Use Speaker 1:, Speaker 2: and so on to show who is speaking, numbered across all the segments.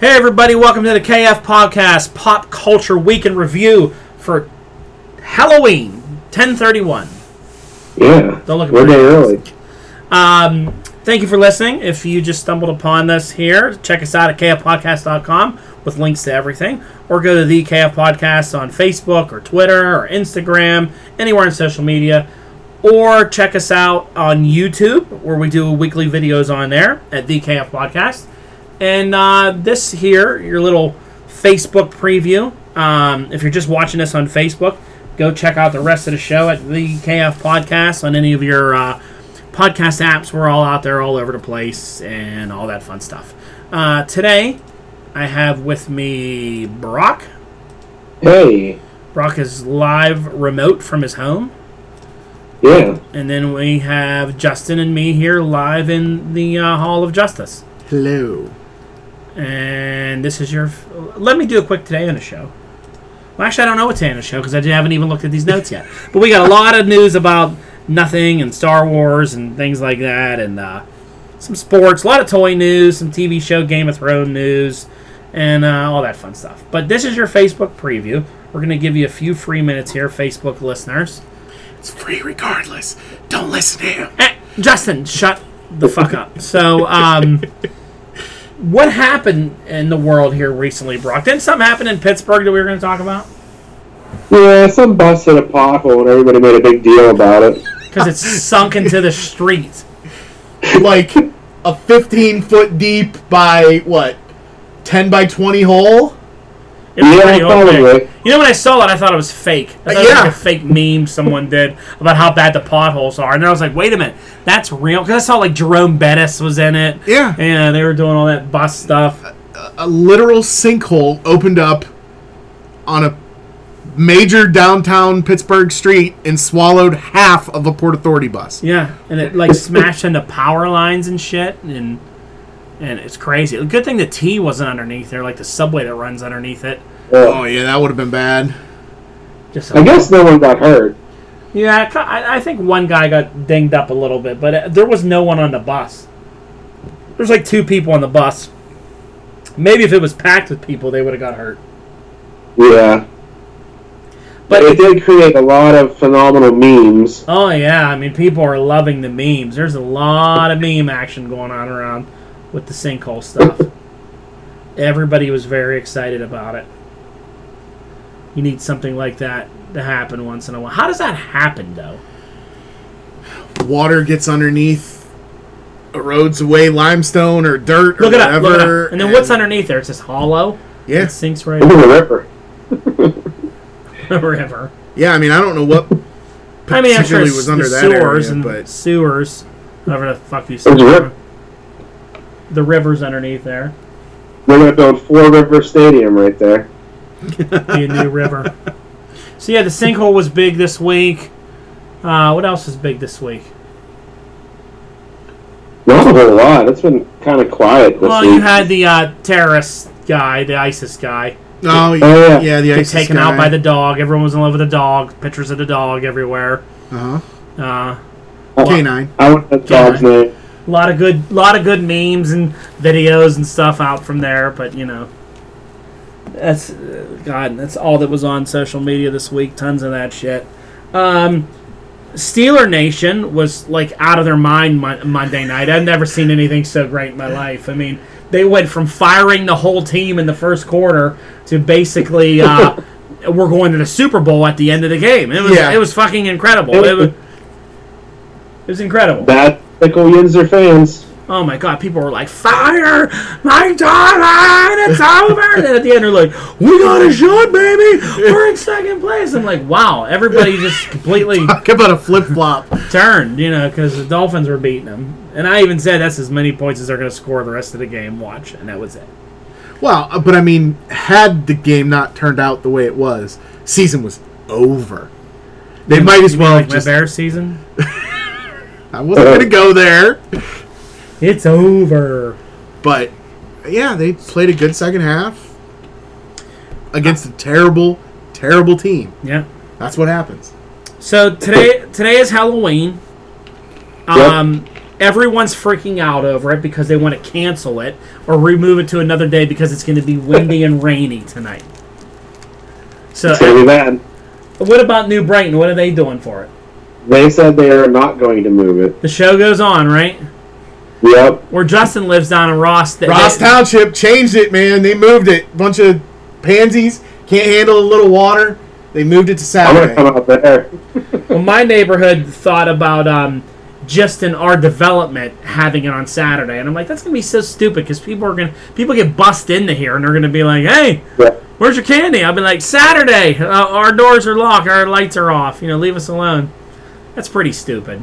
Speaker 1: Hey, everybody, welcome to the KF Podcast Pop Culture Week in Review for Halloween 1031.
Speaker 2: Yeah.
Speaker 1: Don't look at
Speaker 2: One
Speaker 1: my
Speaker 2: day early.
Speaker 1: Um, thank you for listening. If you just stumbled upon this here, check us out at kfpodcast.com with links to everything, or go to the KF Podcast on Facebook or Twitter or Instagram, anywhere on social media, or check us out on YouTube where we do weekly videos on there at the KF Podcast. And uh, this here, your little Facebook preview. Um, if you're just watching this on Facebook, go check out the rest of the show at the KF Podcast on any of your uh, podcast apps. We're all out there, all over the place, and all that fun stuff. Uh, today, I have with me Brock.
Speaker 2: Hey.
Speaker 1: Brock is live remote from his home.
Speaker 2: Yeah.
Speaker 1: And then we have Justin and me here live in the uh, Hall of Justice.
Speaker 3: Hello.
Speaker 1: And this is your. Let me do a quick today on the show. Well, actually, I don't know what's today on the show because I haven't even looked at these notes yet. But we got a lot of news about nothing and Star Wars and things like that, and uh, some sports, a lot of toy news, some TV show Game of Thrones news, and uh, all that fun stuff. But this is your Facebook preview. We're going to give you a few free minutes here, Facebook listeners.
Speaker 3: It's free regardless. Don't listen to him.
Speaker 1: Eh, Justin, shut the fuck up. So, um, what happened in the world here recently, Brock? Didn't something happen in Pittsburgh that we were going to talk about?
Speaker 2: Yeah, some bus hit a pothole and everybody made a big deal about it.
Speaker 1: Because it's sunk into the street.
Speaker 3: Like a 15 foot deep by what? 10 by 20 hole?
Speaker 1: It was
Speaker 2: Yeah,
Speaker 1: pretty old
Speaker 2: probably.
Speaker 1: pic. You know, when I saw it, I thought it was fake. I thought it was like
Speaker 3: Yeah.
Speaker 1: a fake meme someone did about how bad the potholes are. And then I was like, wait a minute, that's real. Because I saw, like, Jerome Bettis was in it.
Speaker 3: Yeah.
Speaker 1: And they were doing all that bus stuff.
Speaker 3: A literal sinkhole opened up on a major downtown Pittsburgh street and swallowed half of a Port Authority bus.
Speaker 1: Yeah, and it like smashed into power lines and shit, and and it's crazy. Good thing the T wasn't underneath there, like the subway that runs underneath it.
Speaker 2: Uh,
Speaker 3: Oh, yeah, that would have been bad.
Speaker 1: Just
Speaker 2: I guess no one got hurt.
Speaker 1: yeah, I, I think one guy got dinged up a little bit, but uh, there was no one on the bus. There's like two people on the bus. Maybe if it was packed with people, they would have got hurt.
Speaker 2: Yeah.
Speaker 1: But
Speaker 2: But it did create a lot of phenomenal memes.
Speaker 1: Oh yeah, I mean people are loving the memes. There's a lot of meme action going on around with the sinkhole stuff. Everybody was very excited about it. You need something like that to happen once in a while. How does that happen though?
Speaker 3: Water gets underneath, erodes away limestone or dirt or
Speaker 1: Look it up,
Speaker 3: whatever.
Speaker 1: look it up. And then what's underneath there? It's just hollow.
Speaker 3: Yeah.
Speaker 1: It sinks right
Speaker 2: Into the river.
Speaker 1: in the river.
Speaker 3: Yeah, I mean, I don't know what
Speaker 1: I mean, I'm sure
Speaker 3: Particularly
Speaker 1: it's
Speaker 3: was under
Speaker 1: the
Speaker 3: that
Speaker 1: sewers
Speaker 3: area,
Speaker 1: and
Speaker 3: but-
Speaker 1: sewers. Whatever the fuck you
Speaker 2: There's a
Speaker 1: said.
Speaker 2: river.
Speaker 1: The river's underneath there.
Speaker 2: They're going to build Four River Stadium right there.
Speaker 1: be a new river. So yeah, the sinkhole was big this week. Uh, what else is big this week?
Speaker 2: Not a whole lot. It's been kind of quiet this
Speaker 1: Well,
Speaker 2: week.
Speaker 1: you had the uh, terrorist guy, the ISIS guy,
Speaker 3: Oh,
Speaker 2: Oh, yeah.
Speaker 3: yeah. yeah, the
Speaker 1: get
Speaker 3: ice
Speaker 1: taken out by the dog. Everyone was in love with the dog. Pictures of the dog everywhere.
Speaker 3: uh-huh.
Speaker 1: Uh,
Speaker 3: K9.
Speaker 2: I want that dog's name.
Speaker 1: a lot of good, lot of good memes and videos and stuff out from there. But you know, that's uh, God. That's all that was on social media this week. Tons of that shit. Um, Steeler Nation was like out of their mind mon- Monday night. I've never seen anything so great in my life. I mean, they went from firing the whole team in the first quarter to basically uh, we're going to the Super Bowl at the end of the game. It was
Speaker 3: Yeah.
Speaker 1: it was fucking incredible. It was, it was incredible.
Speaker 2: Bad Pickle Yinzer fans.
Speaker 1: Oh my god, people were like, Fire my darling, it's over. and at the end, they're like, We got a shot, baby. We're in second place. I'm like, Wow, everybody just completely
Speaker 3: Talk about a flip flop.
Speaker 1: turned, you know, because the Dolphins were beating them. And I even said that's as many points as they're going to score the rest of the game. Watch. And that was it.
Speaker 3: well, uh, but I mean, had the game not turned out the way it was, season was over. They might as
Speaker 1: You mean
Speaker 3: well
Speaker 1: like
Speaker 3: just.
Speaker 1: my Bears season.
Speaker 3: I wasn't gonna go there,
Speaker 1: It's over.
Speaker 3: but yeah, they played a good second half against a terrible, terrible team.
Speaker 1: Yeah.
Speaker 3: That's what happens.
Speaker 1: So today today is Halloween. Um Everyone's freaking out over it because they want to cancel it or remove it to another day because it's going to be windy and rainy tonight. So, Uh,
Speaker 2: It's gonna be bad.
Speaker 1: what about New Brighton? What are they doing for it?
Speaker 2: They said they are not going to move it.
Speaker 1: The show goes on, right?
Speaker 2: Yep.
Speaker 1: Where Justin lives down in Ross. that-
Speaker 3: Ross
Speaker 1: that-
Speaker 3: Township changed it, man. They moved it. Bunch of pansies can't handle a little water. They moved it to
Speaker 2: I'm
Speaker 3: Saturday.
Speaker 2: gonna come out there.
Speaker 1: Well, my neighborhood thought about um, just in our development having it on Saturday, and I'm like, that's gonna be so stupid because people are gonna people get bussed into here and they're gonna be like, hey,
Speaker 2: Yeah.
Speaker 1: where's your candy? I've been like, Saturday, uh, our doors are locked, our lights are off, you know, leave us alone. That's pretty stupid.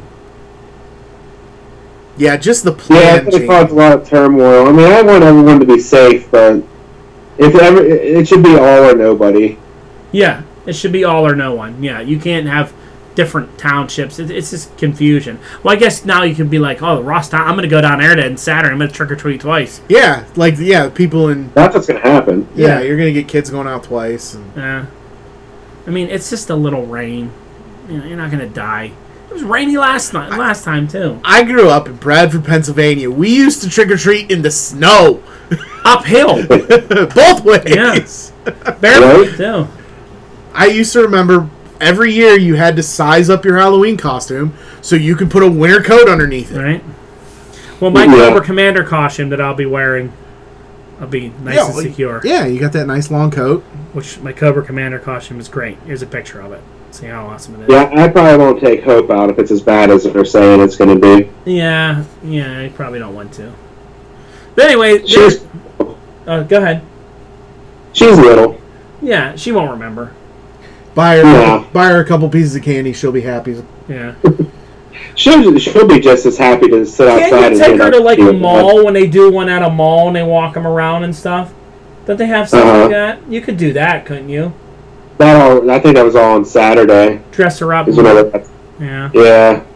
Speaker 3: Yeah, just the
Speaker 2: Yeah,
Speaker 3: plan
Speaker 2: it's gonna
Speaker 3: change.
Speaker 2: cause a lot of turmoil. I mean, I want everyone to be safe, but if ever, it should be all or nobody.
Speaker 1: Yeah, it should be all or no one. Yeah, you can't have different townships. It, it's just confusion. Well, I guess now you could be like, oh, Ross Town, I'm gonna go down there then Saturday. I'm gonna trick or treat twice.
Speaker 3: Yeah, like yeah, people in
Speaker 2: That's what's gonna happen.
Speaker 3: yeah,
Speaker 1: Yeah.
Speaker 3: you're gonna get kids going out twice. And,
Speaker 1: Yeah. I mean, it's just a little rain. You know, you're not gonna die. It was rainy last night, last time too.
Speaker 3: I grew up in Bradford, Pennsylvania. We used to trick or treat in the snow,
Speaker 1: Uphill,
Speaker 3: both ways.
Speaker 1: Yeah. barely too.
Speaker 3: I used to remember every year you had to size up your Halloween costume so you could put a winter coat underneath it.
Speaker 1: Right. Well, my
Speaker 2: Yeah.
Speaker 1: Cobra Commander costume that I'll be wearing, I'll be nice
Speaker 3: yeah,
Speaker 1: and
Speaker 3: like-
Speaker 1: secure.
Speaker 3: yeah, you got that nice long coat.
Speaker 1: Which my Cobra Commander costume is great. Here's a picture of it. See how awesome it is.
Speaker 2: Yeah, I probably won't take hope out if it's as bad as they're saying it's gonna be.
Speaker 1: Yeah. Yeah. I probably don't want to. But anyway,
Speaker 2: She's
Speaker 1: uh, go ahead.
Speaker 2: she's little.
Speaker 1: Yeah, she won't remember.
Speaker 3: Buy her,
Speaker 2: Yeah.
Speaker 3: buy her a couple pieces of candy. She'll be happy.
Speaker 1: Yeah.
Speaker 2: She'll she'll be just as happy to sit outside.
Speaker 1: Can't you
Speaker 2: and
Speaker 1: take
Speaker 2: get
Speaker 1: her to like a
Speaker 2: active.
Speaker 1: mall when they do one at a mall and they walk them around and stuff? Don't they have something like that? You could do that, couldn't you?
Speaker 2: That all, I think that was all on Saturday.
Speaker 1: Dress her up.
Speaker 2: Is when I,
Speaker 1: Yeah.
Speaker 2: yeah.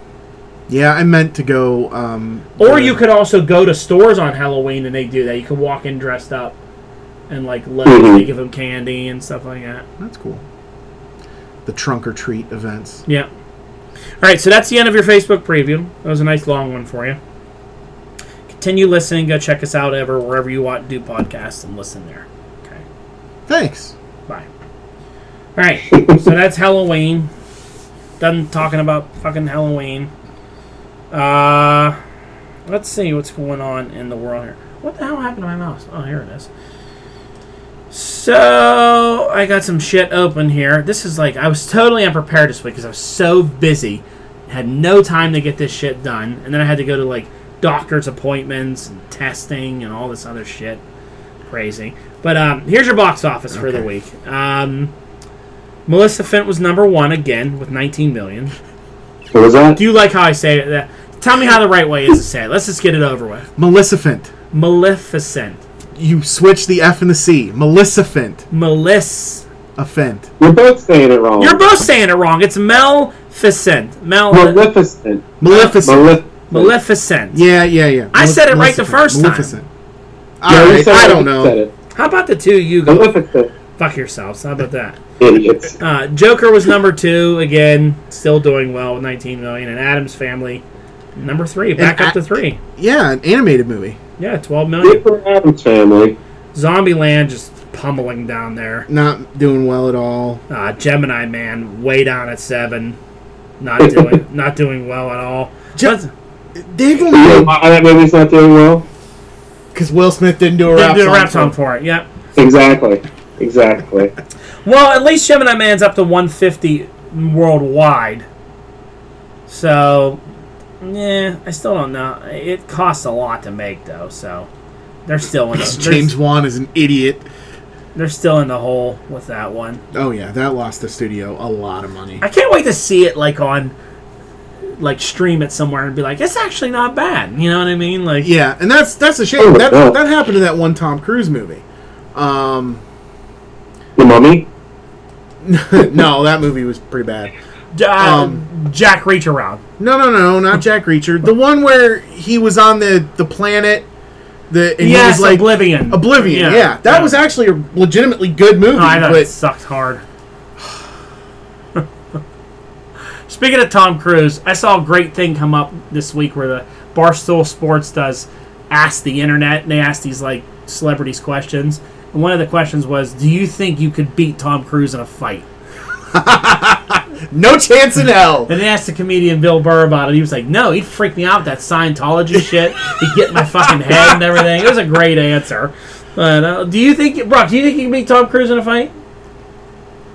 Speaker 3: Yeah, I meant to go. Um,
Speaker 1: Or
Speaker 3: the-
Speaker 1: you could also go to stores on Halloween and they do that. You could walk in dressed up and like let
Speaker 2: Mhm.
Speaker 1: they give them candy and stuff like that.
Speaker 3: That's cool. The trunk or treat events.
Speaker 1: Yeah. All right, so that's the end of your Facebook preview. That was a nice long one for you. Continue listening. Go check us out ever wherever you want to do podcasts and listen there. Okay.
Speaker 3: Thanks.
Speaker 1: Bye. All right. so that's Halloween. Done talking about fucking Halloween. Uh, let's see what's going on in the world here. What the hell happened to my mouse? Oh, here it is. So I got some shit open here. This is like I was totally unprepared this week because I was so busy, had no time to get this shit done, and then I had to go to like doctor's appointments and testing and all this other shit. Crazy. But um, here's your box office for the
Speaker 3: Okay.
Speaker 1: week. Um, Melissa Fent was number one again with 19 million.
Speaker 2: What was that?
Speaker 1: Do you like how I say it? That- Tell me how the right way is to say it. Let's just get it over with.
Speaker 3: Maleficent.
Speaker 1: Maleficent.
Speaker 3: You switch the F and the C. Maleficent.
Speaker 1: Meliss.
Speaker 3: Offend.
Speaker 2: You're both saying it wrong.
Speaker 1: You're both saying it wrong. It's Maleficent. Mel.
Speaker 2: Maleficent.
Speaker 3: Maleficent.
Speaker 2: Maleficent.
Speaker 1: Maleficent.
Speaker 3: yeah, yeah, yeah.
Speaker 1: I said it right the first time.
Speaker 3: Maleficent.
Speaker 2: Yeah, you
Speaker 3: Alright,
Speaker 2: said
Speaker 3: I
Speaker 2: it.
Speaker 3: don't
Speaker 2: You said
Speaker 3: know.
Speaker 2: it.
Speaker 1: How about the two you go
Speaker 2: Maleficent.
Speaker 1: fuck yourselves? How about that?
Speaker 2: Idiots.
Speaker 1: Uh, Joker was number two again, still doing well with 19 million, and Adam's Family number three, back
Speaker 3: And
Speaker 1: up to
Speaker 3: I-
Speaker 1: three.
Speaker 3: Yeah, an animated movie.
Speaker 1: Yeah, 12
Speaker 2: Good
Speaker 1: million.
Speaker 2: for Adam's family.
Speaker 1: Zombieland just pummeling down there.
Speaker 3: Not doing well at all.
Speaker 1: Uh, Gemini Man way down at seven, not doing not doing well at all. Let's-
Speaker 3: They've
Speaker 2: You know
Speaker 3: only
Speaker 2: why that movie's not doing well?
Speaker 3: because Will Smith didn't do a
Speaker 1: Didn't
Speaker 3: rap,
Speaker 1: do a
Speaker 3: song
Speaker 1: rap
Speaker 3: for
Speaker 1: song
Speaker 3: it.
Speaker 1: for it. Yep.
Speaker 2: Exactly. Exactly.
Speaker 1: Well, at least Gemini Man's up to 150 worldwide. So, yeah, I still don't know. It costs a lot to make though, so they're still in the,
Speaker 3: James Wan is an idiot.
Speaker 1: they're, they're still in the hole with that one.
Speaker 3: Oh yeah, that lost the studio a lot of money.
Speaker 1: I can't wait to see it like on like stream it somewhere and be like, it's actually not bad. You know what I mean? Like,
Speaker 3: Yeah, and that's that's a shame.
Speaker 2: Oh,
Speaker 3: that
Speaker 2: no.
Speaker 3: that happened in that one Tom Cruise movie. Um,
Speaker 2: The mummy?
Speaker 3: no, that movie was pretty bad.
Speaker 1: uh,
Speaker 3: Um,
Speaker 1: Jack Reach around.
Speaker 3: No, no, no, not Jack Reacher. The one where he was on the the planet, the and
Speaker 1: Yes,
Speaker 3: he was like
Speaker 1: Oblivion.
Speaker 3: Oblivion. Yeah, that was actually a legitimately good movie.
Speaker 1: No, Oh, I know it
Speaker 3: but
Speaker 1: sucked hard. Speaking of Tom Cruise, I saw a great thing come up this week where the Barstool Sports does ask the internet, and they ask these like celebrities questions. And one of the questions was, "Do you think you could beat Tom Cruise in a fight?"
Speaker 3: No chance in hell.
Speaker 1: And they asked the comedian Bill Burr about it. He was like, "No, he'd freak me out with that Scientology shit. He'd get in my fucking head and everything." It was a great answer. But uh, do you think, Brock? Do you think you can beat Tom Cruise in a fight?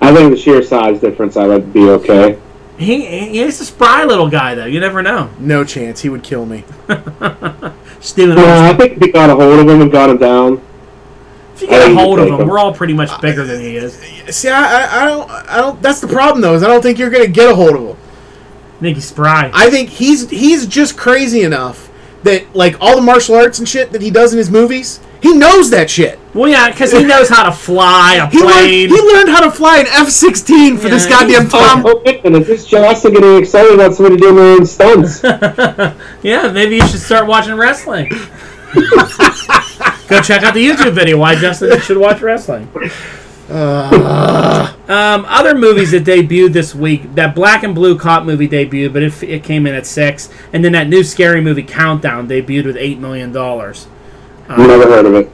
Speaker 2: I think the sheer size difference, I would be okay.
Speaker 1: He, he- he's a spry little guy, though. You never know.
Speaker 3: No chance. He would kill me.
Speaker 1: Stealing.
Speaker 2: Uh, I think if you got a hold of him and got him down,
Speaker 1: If you get a
Speaker 2: Hey,
Speaker 1: hold of him,
Speaker 2: Jacob.
Speaker 1: we're all pretty much bigger than he is. I
Speaker 3: See, I, I, I don't, I don't. That's the problem though. Is I don't think you're gonna get a hold of him.
Speaker 1: think he's spry.
Speaker 3: I think he's he's just crazy enough that like all the martial arts and shit that he does in his movies, he knows that shit.
Speaker 1: well, yeah, because he knows how to fly a
Speaker 3: He learned,
Speaker 1: plane.
Speaker 3: he learned how to fly an F sixteen for this
Speaker 1: Yeah.
Speaker 3: goddamn Tom.
Speaker 2: oh, wait a minute, this Justin getting excited about somebody doing their own stunts.
Speaker 1: yeah, maybe you should start watching wrestling. Go check out the YouTube video why Justin should watch wrestling. Um, other movies that debuted this week, that Black and Blue cop movie debuted, but it, it came in at six, and then that new scary movie Countdown debuted with eight million dollars.
Speaker 2: Never heard of it.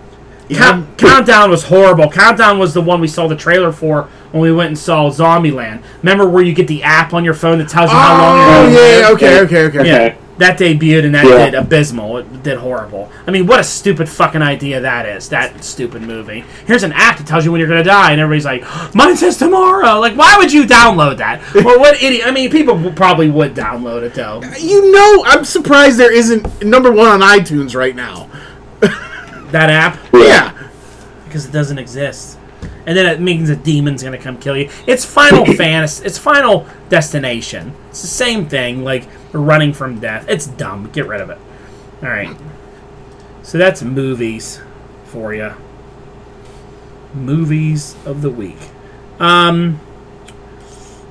Speaker 1: Count, Countdown was horrible. Countdown was the one we saw the trailer for when we went and saw Zombieland. Remember where you get the app on your phone that tells you how long you're
Speaker 3: Oh
Speaker 1: gonna live?
Speaker 3: yeah, okay, okay, okay.
Speaker 1: Yeah,
Speaker 2: Okay.
Speaker 1: that debuted and that
Speaker 2: Yeah.
Speaker 1: did abysmal. It did horrible. I mean, what a stupid fucking idea that is. That stupid movie. Here's an app that tells you when you're gonna die, and everybody's like, "Mine says tomorrow." Like, why would you download that? well, what idiot? I mean, people w- probably would download it though.
Speaker 3: You know, I'm surprised there isn't number one on iTunes right now.
Speaker 1: That app
Speaker 3: Yeah,
Speaker 1: because it doesn't exist, and then it means a demon's gonna come kill you. It's Final Fantasy. It's Final Destination. It's the same thing. Like running from death. It's dumb. Get rid of it. All right. So that's movies for you. Movies of the week. Um.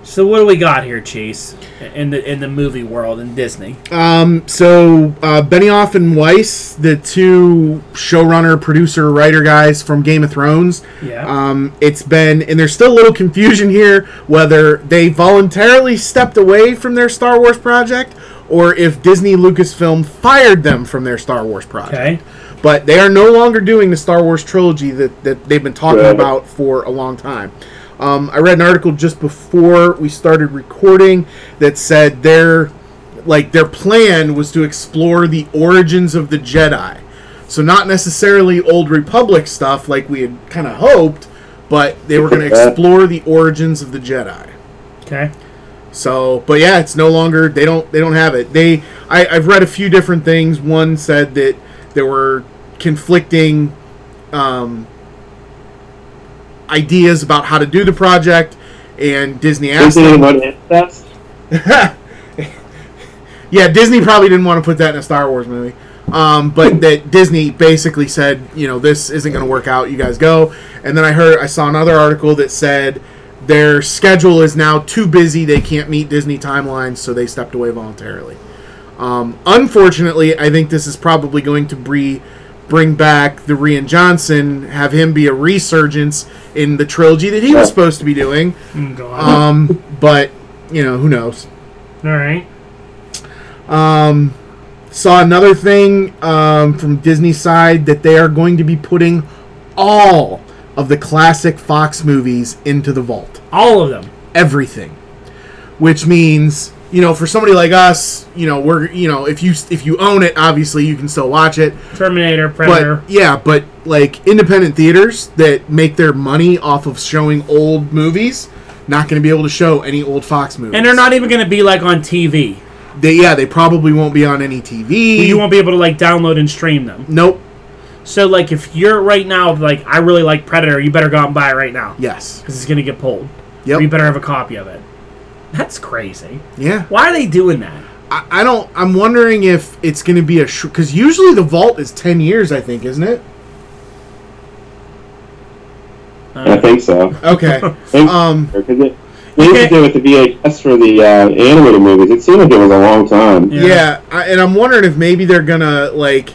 Speaker 1: So what do we got here, Chase? In the in the movie world in Disney.
Speaker 3: Um, so uh, Benioff and Weiss, the two showrunner, producer, writer guys from Game of Thrones.
Speaker 1: Yeah.
Speaker 3: Um, it's been, and there's still a little confusion here whether they voluntarily stepped away from their Star Wars project or if Disney Lucasfilm fired them from their Star Wars project.
Speaker 1: Okay.
Speaker 3: But they are no longer doing the Star Wars trilogy that, that they've been talking
Speaker 2: Right.
Speaker 3: about for a long time. Um, I read an article just before we started recording that said their like their plan was to explore the origins of the Jedi. So not necessarily old Republic stuff like we had kind of hoped, but they were going to
Speaker 2: Yeah.
Speaker 3: explore the origins of the Jedi.
Speaker 1: Okay.
Speaker 3: So, but yeah, it's no longer they don't they don't have it. They I, I've read a few different things. One said that there were conflicting um, ideas about how to do the project, and Disney asked
Speaker 2: Isn't
Speaker 3: them.
Speaker 2: anyone incest?
Speaker 3: Yeah, Disney probably didn't want to put that in a Star Wars movie. Um, but that Disney basically said, you know, this isn't going to work out. You guys go. And then I heard, I saw another article that said their schedule is now too busy. They can't meet Disney timelines, so they stepped away voluntarily. Um, unfortunately, I think this is probably going to be bring back the Rian Johnson, have him be a resurgence in the trilogy that he was supposed to be doing.
Speaker 1: Mm, go on.
Speaker 3: Um, but you know, who knows?
Speaker 1: All right.
Speaker 3: Um, saw another thing um, from Disney side that they are going to be putting all of the classic Fox movies into the vault.
Speaker 1: All of them.
Speaker 3: Everything, which means you know, for somebody like us, you know, we're you know, if you if you own it, obviously you can still watch it.
Speaker 1: Terminator, Predator.
Speaker 3: But yeah, but like independent theaters that make their money off of showing old movies, not going to be able to show any old Fox movies.
Speaker 1: And they're not even going to be like on TV.
Speaker 3: They, yeah, they probably won't be on any TV.
Speaker 1: You won't be able to like download and stream them.
Speaker 3: Nope.
Speaker 1: So like if you're right now like I really like Predator, you better go out and buy it right now
Speaker 3: Yes.
Speaker 1: because it's going to get pulled. Or you
Speaker 3: Yep.
Speaker 1: better have a copy of it. That's crazy.
Speaker 3: Yeah.
Speaker 1: Why are they doing that?
Speaker 3: I, I don't. I'm wondering if it's going to be a because usually the vault is ten years, I think, isn't it?
Speaker 2: I
Speaker 1: Uh,
Speaker 2: think so.
Speaker 3: Okay.
Speaker 2: Think-
Speaker 3: um.
Speaker 2: Or could it? They used
Speaker 1: Okay.
Speaker 2: to do it with the VHS for the uh, animated movies. It seemed like it was a long time.
Speaker 1: Yeah.
Speaker 3: Yeah. I, and I'm wondering if maybe they're gonna like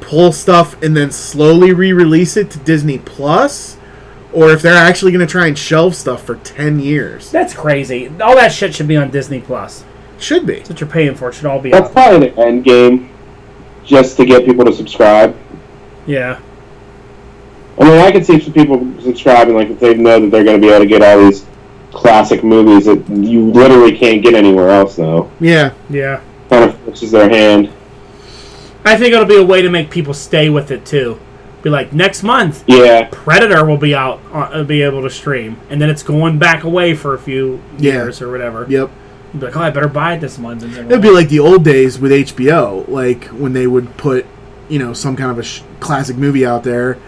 Speaker 3: pull stuff and then slowly re-release it to Disney Plus, or if they're actually gonna try and shelve stuff for ten years.
Speaker 1: That's crazy. All that shit should be on Disney Plus.
Speaker 3: Should be.
Speaker 1: That's what you're paying for. It should all be
Speaker 2: That's
Speaker 1: on.
Speaker 2: probably the end game. just to get people to subscribe.
Speaker 1: Yeah.
Speaker 2: I mean, I could see some people subscribing, like if they know that they're going to be able to get all these classic movies that you literally can't get anywhere else, though.
Speaker 3: Yeah.
Speaker 1: Yeah.
Speaker 2: Kind of forces their hand.
Speaker 1: I think it'll be a way to make people stay with it too. Be like next month,
Speaker 2: Yeah,
Speaker 1: Predator will be out, uh, be able to stream, and then it's going back away for a few
Speaker 3: Yeah.
Speaker 1: years or whatever.
Speaker 3: Yep.
Speaker 1: Be like, oh, I better buy it this month. And then-
Speaker 3: It'd be like the old days with HBO, like when they would put, you know, some kind of a sh- classic movie out there.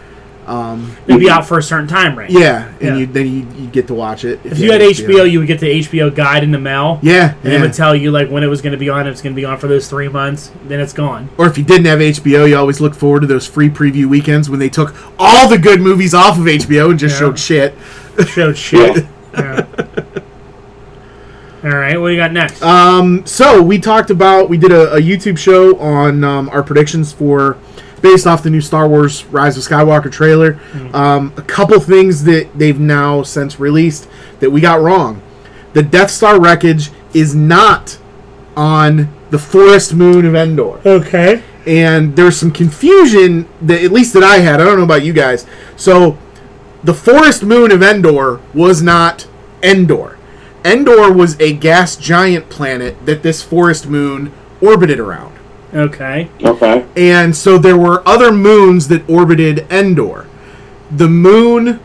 Speaker 3: Um,
Speaker 1: It'd be out for a certain time range.
Speaker 3: yeah, and
Speaker 1: Yeah.
Speaker 3: You, then you you get to watch it.
Speaker 1: If you had HBO, you would get the HBO guide in the mail.
Speaker 3: yeah,
Speaker 1: And
Speaker 3: yeah.
Speaker 1: it would tell you like when it was going to be on. It's going to be on for those three months. Then it's gone.
Speaker 3: or if you didn't have HBO, you always looked forward to those free preview weekends when they took all the good movies off of HBO and just
Speaker 1: Yeah.
Speaker 3: showed shit.
Speaker 1: Showed shit. Yeah. All right, what do you got next?
Speaker 3: Um, so we talked about we did a, a YouTube show on um, our predictions for based off the new Star Wars Rise of Skywalker trailer. Um, a couple things that they've now since released that we got wrong. The Death Star wreckage is not on the forest moon of Endor
Speaker 1: okay.
Speaker 3: and there's some confusion that at least that I had. I don't know about you guys. So the forest moon of Endor was not Endor. Endor was a gas giant planet that this forest moon orbited around.
Speaker 1: Okay.
Speaker 2: okay.
Speaker 3: And so there were other moons that orbited Endor. The moon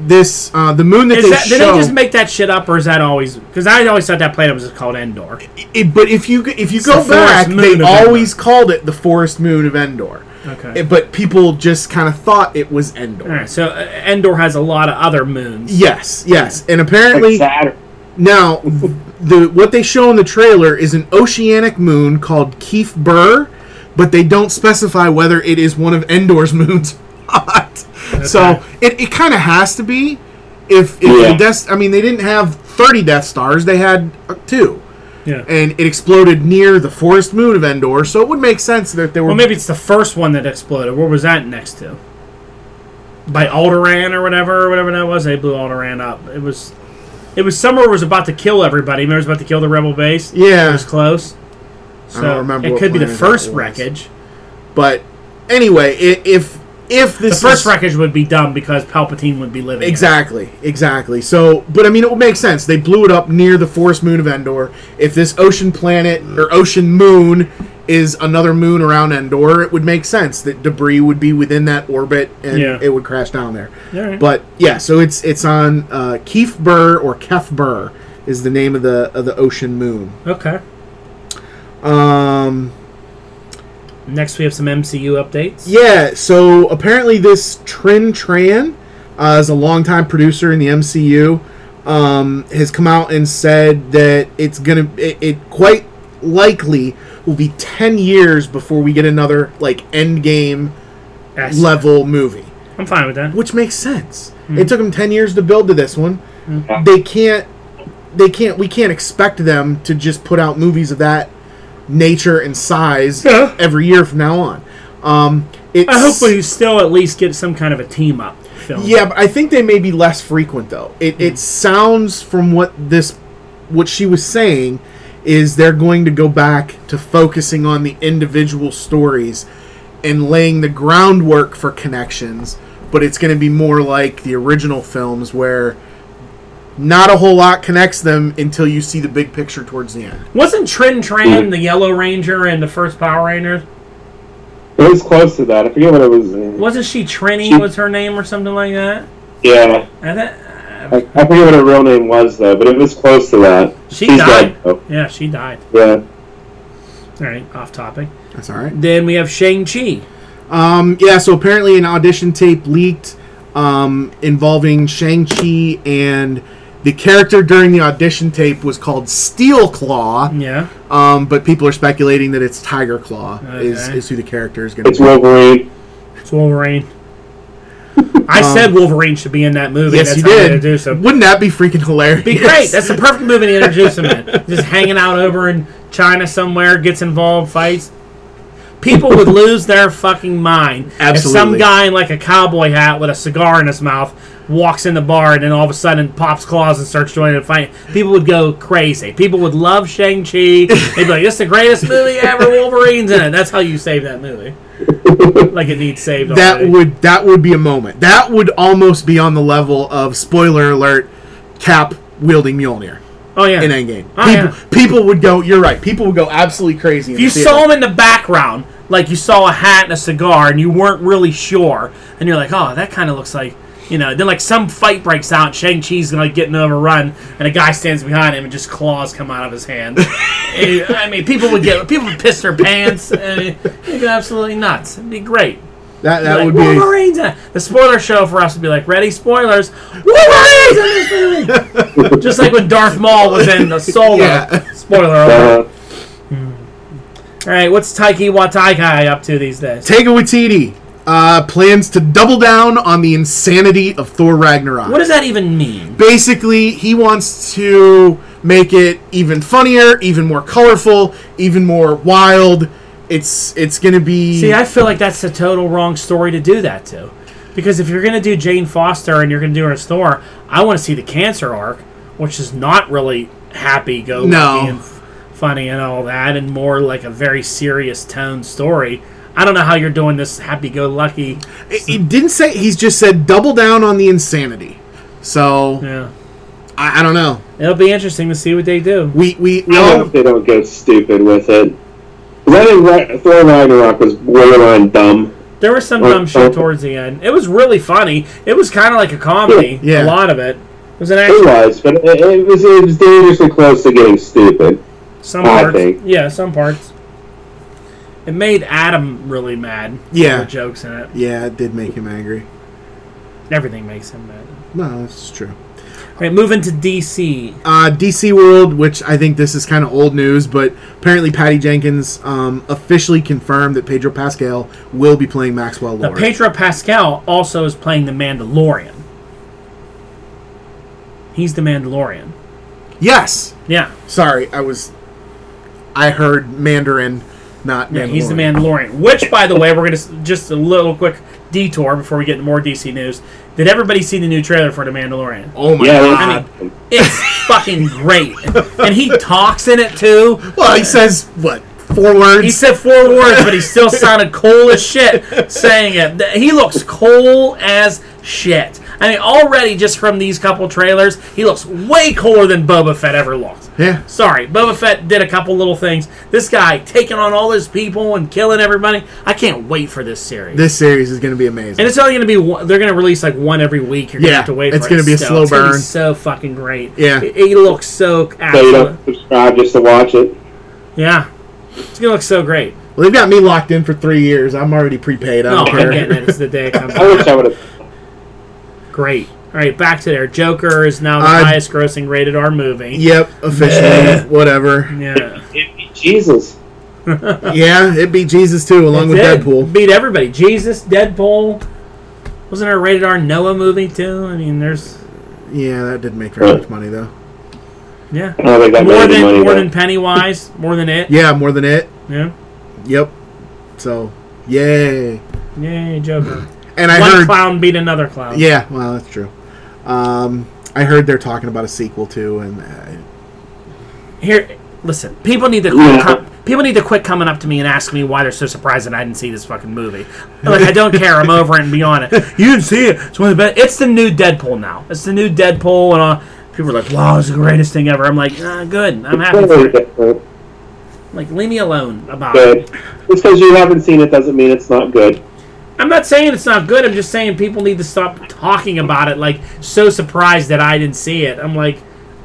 Speaker 3: this uh, the moon that
Speaker 1: Is
Speaker 3: they
Speaker 1: that, did
Speaker 3: show,
Speaker 1: they just make that shit up, or is that always? Because I always thought that planet was just called Endor.
Speaker 3: it- but if you if you
Speaker 1: the
Speaker 3: go
Speaker 1: forest
Speaker 3: back
Speaker 1: moon
Speaker 3: they
Speaker 1: of Endor.
Speaker 3: always called it the forest moon of Endor.
Speaker 1: Okay.
Speaker 3: It- but people just kind of thought it was
Speaker 1: All
Speaker 3: Endor.
Speaker 1: right. So uh, Endor has a lot of other moons.
Speaker 3: Yes, yes, and
Speaker 2: Like
Speaker 3: apparently
Speaker 2: Saturn.
Speaker 3: now the what they show in the trailer is an oceanic moon called Keef Burr, but they don't specify whether it is one of Endor's moons or not.
Speaker 1: Okay.
Speaker 3: So it, it kind of has to be. If, if
Speaker 2: Yeah.
Speaker 3: the death, I mean, they didn't have thirty Death Stars; they had uh, two,
Speaker 1: Yeah.
Speaker 3: and it exploded near the forest moon of Endor. So it would make sense that they were
Speaker 1: Well, maybe it's the first one that exploded. Where was that next to? By Alderan or whatever, whatever that was. They blew Alderan up. It was, it was somewhere was about to kill everybody. Remember, it was about to kill the rebel base.
Speaker 3: Yeah.
Speaker 1: it was close. So
Speaker 3: remember
Speaker 1: It
Speaker 3: what
Speaker 1: could be the
Speaker 3: planet
Speaker 1: first
Speaker 3: that was.
Speaker 1: wreckage.
Speaker 3: But anyway, i- if if
Speaker 1: The
Speaker 3: this
Speaker 1: first
Speaker 3: is,
Speaker 1: wreckage would be dumb because Palpatine would be living. it.
Speaker 3: Exactly, exactly. So, but I mean, it would make sense. They blew it up near the forest moon of Endor. If this ocean planet or ocean moon is another moon around Endor, it would make sense that debris would be within that orbit and
Speaker 1: Yeah.
Speaker 3: it would crash down there.
Speaker 1: Alright.
Speaker 3: But yeah, so it's it's on uh, Keef Burr or Kef Burr is the name of the of the ocean moon.
Speaker 1: Okay.
Speaker 3: Um,
Speaker 1: Next, we have some MCU updates.
Speaker 3: Yeah, so apparently this Trin Tran uh, is a longtime producer in the MCU. Um, has come out and said that it's gonna it, it quite likely will be ten years before we get another like Endgame
Speaker 1: Yes.
Speaker 3: level movie,
Speaker 1: I'm fine with that.
Speaker 3: which makes sense.
Speaker 1: Hmm.
Speaker 3: It took them ten years to build to this one. They can't they can't we can't expect them to just put out movies of that nature and size
Speaker 1: Yeah.
Speaker 3: every year from now on. Um, it's,
Speaker 1: I hope we still at least get some kind of a team up film.
Speaker 3: Yeah, but I think they may be less frequent though. It it sounds from what this what she was saying is they're going to go back to focusing on the individual stories and laying the groundwork for connections, but it's going to be more like the original films where not a whole lot connects them until you see the big picture towards the end.
Speaker 1: Wasn't Trin Tran the Yellow Ranger and the first Power Rangers?
Speaker 2: It was close to that. I forget what it was.
Speaker 1: Wasn't she Trini?
Speaker 2: She-
Speaker 1: was her name or something like that?
Speaker 2: Yeah,
Speaker 1: And that
Speaker 2: I, I forget what her real name was though, but it was close to that.
Speaker 1: she
Speaker 2: She's
Speaker 1: died.
Speaker 2: dead. though.
Speaker 1: Yeah, she died.
Speaker 2: Yeah.
Speaker 1: All right, off topic.
Speaker 3: That's all right.
Speaker 1: Then we have Shang Chi.
Speaker 3: Um, yeah, so apparently an audition tape leaked um, involving Shang-Chi and the character during the audition tape was called Steel Claw,
Speaker 1: Yeah.
Speaker 3: um, but people are speculating that it's Tiger Claw is,
Speaker 1: Okay.
Speaker 3: is who the character is going
Speaker 2: It's
Speaker 3: to be.
Speaker 2: Wolverine.
Speaker 1: It's Wolverine. I said Wolverine should be in that movie.
Speaker 3: Um, Yes,
Speaker 1: That's
Speaker 3: you
Speaker 1: how they
Speaker 3: did.
Speaker 1: introduced him.
Speaker 3: Wouldn't that be freaking hilarious?
Speaker 1: Be great. That's the perfect movie to introduce him in. Just hanging out over in China somewhere, gets involved, fights. people would lose their fucking mind
Speaker 3: Absolutely.
Speaker 1: if some guy in like a cowboy hat with a cigar in his mouth walks in the bar and then all of a sudden pops claws and starts joining the fight. People would go crazy. People would love Shang Chi. They'd be like, "This is the greatest movie ever. Wolverine's in it." That's how you save that movie. Like it needs saved.
Speaker 3: that
Speaker 1: already.
Speaker 3: would that would be a moment. That would almost be on the level of spoiler alert, Cap wielding Mjolnir
Speaker 1: Oh yeah.
Speaker 3: in Endgame.
Speaker 1: Oh,
Speaker 3: people,
Speaker 1: yeah.
Speaker 3: people would go. You're right. People would go absolutely crazy. in
Speaker 1: If you
Speaker 3: the theater.
Speaker 1: saw him in the background, like you saw a hat and a cigar, and you weren't really sure, and you're like, oh, that kind of looks like, you know, then like some fight breaks out, and Shang Chi's gonna get getting overrun, and a guy stands behind him, and just claws come out of his hand. Eh, I mean, people would get people would piss their pants. I mean, it'd be absolutely nuts. It'd be great.
Speaker 3: that, that
Speaker 1: Like,
Speaker 3: would be.
Speaker 1: Wolverine's in it. the spoiler show for us would be like, ready spoilers, Wolverine's in this movie. just like when Darth Maul was in the Solo.
Speaker 3: Yeah.
Speaker 1: Spoiler alert.
Speaker 2: Uh,
Speaker 1: All right, what's Taiki Wataikai up to these days?
Speaker 3: Taika Waititi uh, plans to double down on the insanity of Thor Ragnarok.
Speaker 1: What does that even mean?
Speaker 3: Basically, he wants to make it even funnier, even more colorful, even more wild. It's it's gonna be.
Speaker 1: See, I feel like that's the total wrong story to do that to. Because if you're going to do Jane Foster and you're going to do her store, I want to see the cancer arc, which is not really happy go
Speaker 3: No.
Speaker 1: lucky and f- funny and all that, and more like a very serious tone story. I don't know how you're doing this happy go lucky.
Speaker 3: he didn't say. He's just said double down on the insanity. So
Speaker 1: Yeah.
Speaker 3: I, I don't know.
Speaker 1: It'll be interesting to see what they do.
Speaker 3: We
Speaker 2: I
Speaker 3: we, we
Speaker 2: don't know
Speaker 3: all
Speaker 2: if they don't go stupid with it. 'Cause I think Ra- Thor Ragnarok was borderline dumb.
Speaker 1: There was some dumb shit towards the end. It was really funny. It was kind of like a comedy.
Speaker 3: Yeah.
Speaker 1: A lot of it. It was an action
Speaker 2: It was, but it, it was it was dangerously close to getting stupid.
Speaker 1: Some
Speaker 2: I
Speaker 1: parts.
Speaker 2: think.
Speaker 1: Yeah, some parts. It made Adam really mad.
Speaker 3: Yeah.
Speaker 1: The jokes in it.
Speaker 3: yeah, it did make him angry.
Speaker 1: Everything makes him mad.
Speaker 3: No, that's true.
Speaker 1: Okay, moving to DC.
Speaker 3: uh, DC World, which I think this is kind of old news, but apparently Patty Jenkins um, officially confirmed that Pedro Pascal will be playing Maxwell
Speaker 1: Now,
Speaker 3: Lord.
Speaker 1: Pedro Pascal also is playing the Mandalorian. He's the Mandalorian.
Speaker 3: yes.
Speaker 1: Yeah.
Speaker 3: Sorry, I was. I heard Mandarin, not
Speaker 1: Yeah,
Speaker 3: Mandalorian.
Speaker 1: he's the Mandalorian. Which, by the way, we're gonna s- just a little quick detour before we get into more DC news. Did everybody see the new trailer for the Mandalorian?
Speaker 3: Oh my
Speaker 2: Yeah,
Speaker 3: god.
Speaker 2: I mean,
Speaker 1: It's fucking great, and he talks in it too.
Speaker 3: well, he says what four words?
Speaker 1: He said four words, but he still sounded cool as shit saying it. Th- He looks cool as shit. I mean, already just from these couple trailers, he looks way cooler than Boba Fett ever looked.
Speaker 3: yeah.
Speaker 1: Sorry, Boba Fett did a couple little things. This guy taking on all those people and killing everybody. I can't wait for this series.
Speaker 3: This series is going to be amazing.
Speaker 1: and it's only going to be one, they're going to release like one every week. You're going to
Speaker 3: Yeah,
Speaker 1: have to wait.
Speaker 3: it's
Speaker 1: for
Speaker 3: gonna
Speaker 1: it.
Speaker 3: be a
Speaker 1: So
Speaker 3: slow
Speaker 1: it's gonna be
Speaker 3: burn.
Speaker 1: so fucking great.
Speaker 3: Yeah.
Speaker 1: he, he looks so.
Speaker 2: so you
Speaker 1: Absolute.
Speaker 2: don't subscribe just to watch it.
Speaker 1: Yeah, it's going to look so great.
Speaker 3: well, they've got me locked in for three years. I'm already prepaid. I
Speaker 1: No,
Speaker 3: don't
Speaker 1: I'm
Speaker 3: care.
Speaker 1: getting it. It's the day it comes.
Speaker 2: I
Speaker 1: out.
Speaker 2: wish I would have.
Speaker 1: Great. All right, back to there. Joker is now the
Speaker 3: Uh,
Speaker 1: highest grossing rated R movie.
Speaker 3: Yep, officially, whatever.
Speaker 1: Yeah.
Speaker 2: Jesus,
Speaker 3: Yeah, it beat Jesus too, along with
Speaker 1: It did.
Speaker 3: Deadpool.
Speaker 1: Beat everybody. Jesus, Deadpool. Wasn't there a rated R Noah movie too? I mean, there's
Speaker 3: Yeah, that didn't make very much money though.
Speaker 1: yeah.
Speaker 2: I don't think that
Speaker 1: More
Speaker 2: made any
Speaker 1: than
Speaker 2: money.
Speaker 1: more
Speaker 2: though.
Speaker 1: than Pennywise, more than it.
Speaker 3: Yeah, more than it.
Speaker 1: Yeah.
Speaker 3: Yep. So, yay.
Speaker 1: Yay, Joker.
Speaker 3: And I
Speaker 1: One
Speaker 3: heard.
Speaker 1: clown beat another clown.
Speaker 3: Yeah, well, that's true. Um, I heard they're talking about a sequel too, and uh,
Speaker 1: Here, listen. People need to
Speaker 2: Yeah.
Speaker 1: quit com- people need to quit coming up to me and asking me why they're so surprised that I didn't see this fucking movie. Like I don't care. I'm over it and beyond it. You didn't see it. It's one of the best. It's the new Deadpool now. It's the new Deadpool, and all. people are like, "Wow, it's the greatest thing ever." I'm like, ah, "Good. I'm happy for
Speaker 2: Totally
Speaker 1: it."
Speaker 2: different.
Speaker 1: Like, leave me alone about it.
Speaker 2: Good. Just because you haven't seen it doesn't mean it's not good.
Speaker 1: I'm not saying it's not good. I'm just saying people need to stop talking about it. Like, so surprised that I didn't see it. I'm like,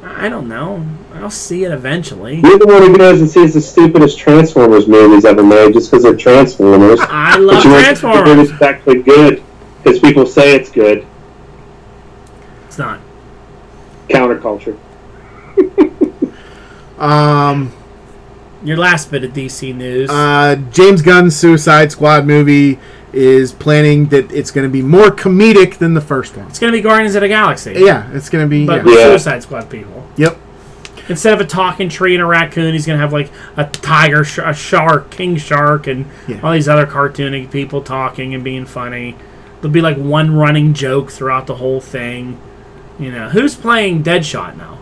Speaker 1: I don't know. I'll see it eventually.
Speaker 2: You're the one who goes and sees the stupidest Transformers movies ever made just because they're Transformers.
Speaker 1: I
Speaker 2: But
Speaker 1: love
Speaker 2: you want to see
Speaker 1: Transformers.
Speaker 2: if It's actually good because people say it's good.
Speaker 1: It's not.
Speaker 2: Counterculture.
Speaker 3: um,
Speaker 1: Your last bit of DC news.
Speaker 3: uh, James Gunn's Suicide Squad movie is planning that it's going to be more comedic than the first one.
Speaker 1: It's gonna be Guardians of the Galaxy.
Speaker 3: Yeah, it's going to be.
Speaker 1: But
Speaker 3: yeah.
Speaker 1: with
Speaker 2: Yeah.
Speaker 1: Suicide Squad people.
Speaker 3: Yep.
Speaker 1: instead of a talking tree and a raccoon, he's gonna have like a tiger, sh- a shark, king shark, and
Speaker 3: Yeah.
Speaker 1: all these other cartoony people talking and being funny. There'll be like one running joke throughout the whole thing. You know, who's playing Deadshot now?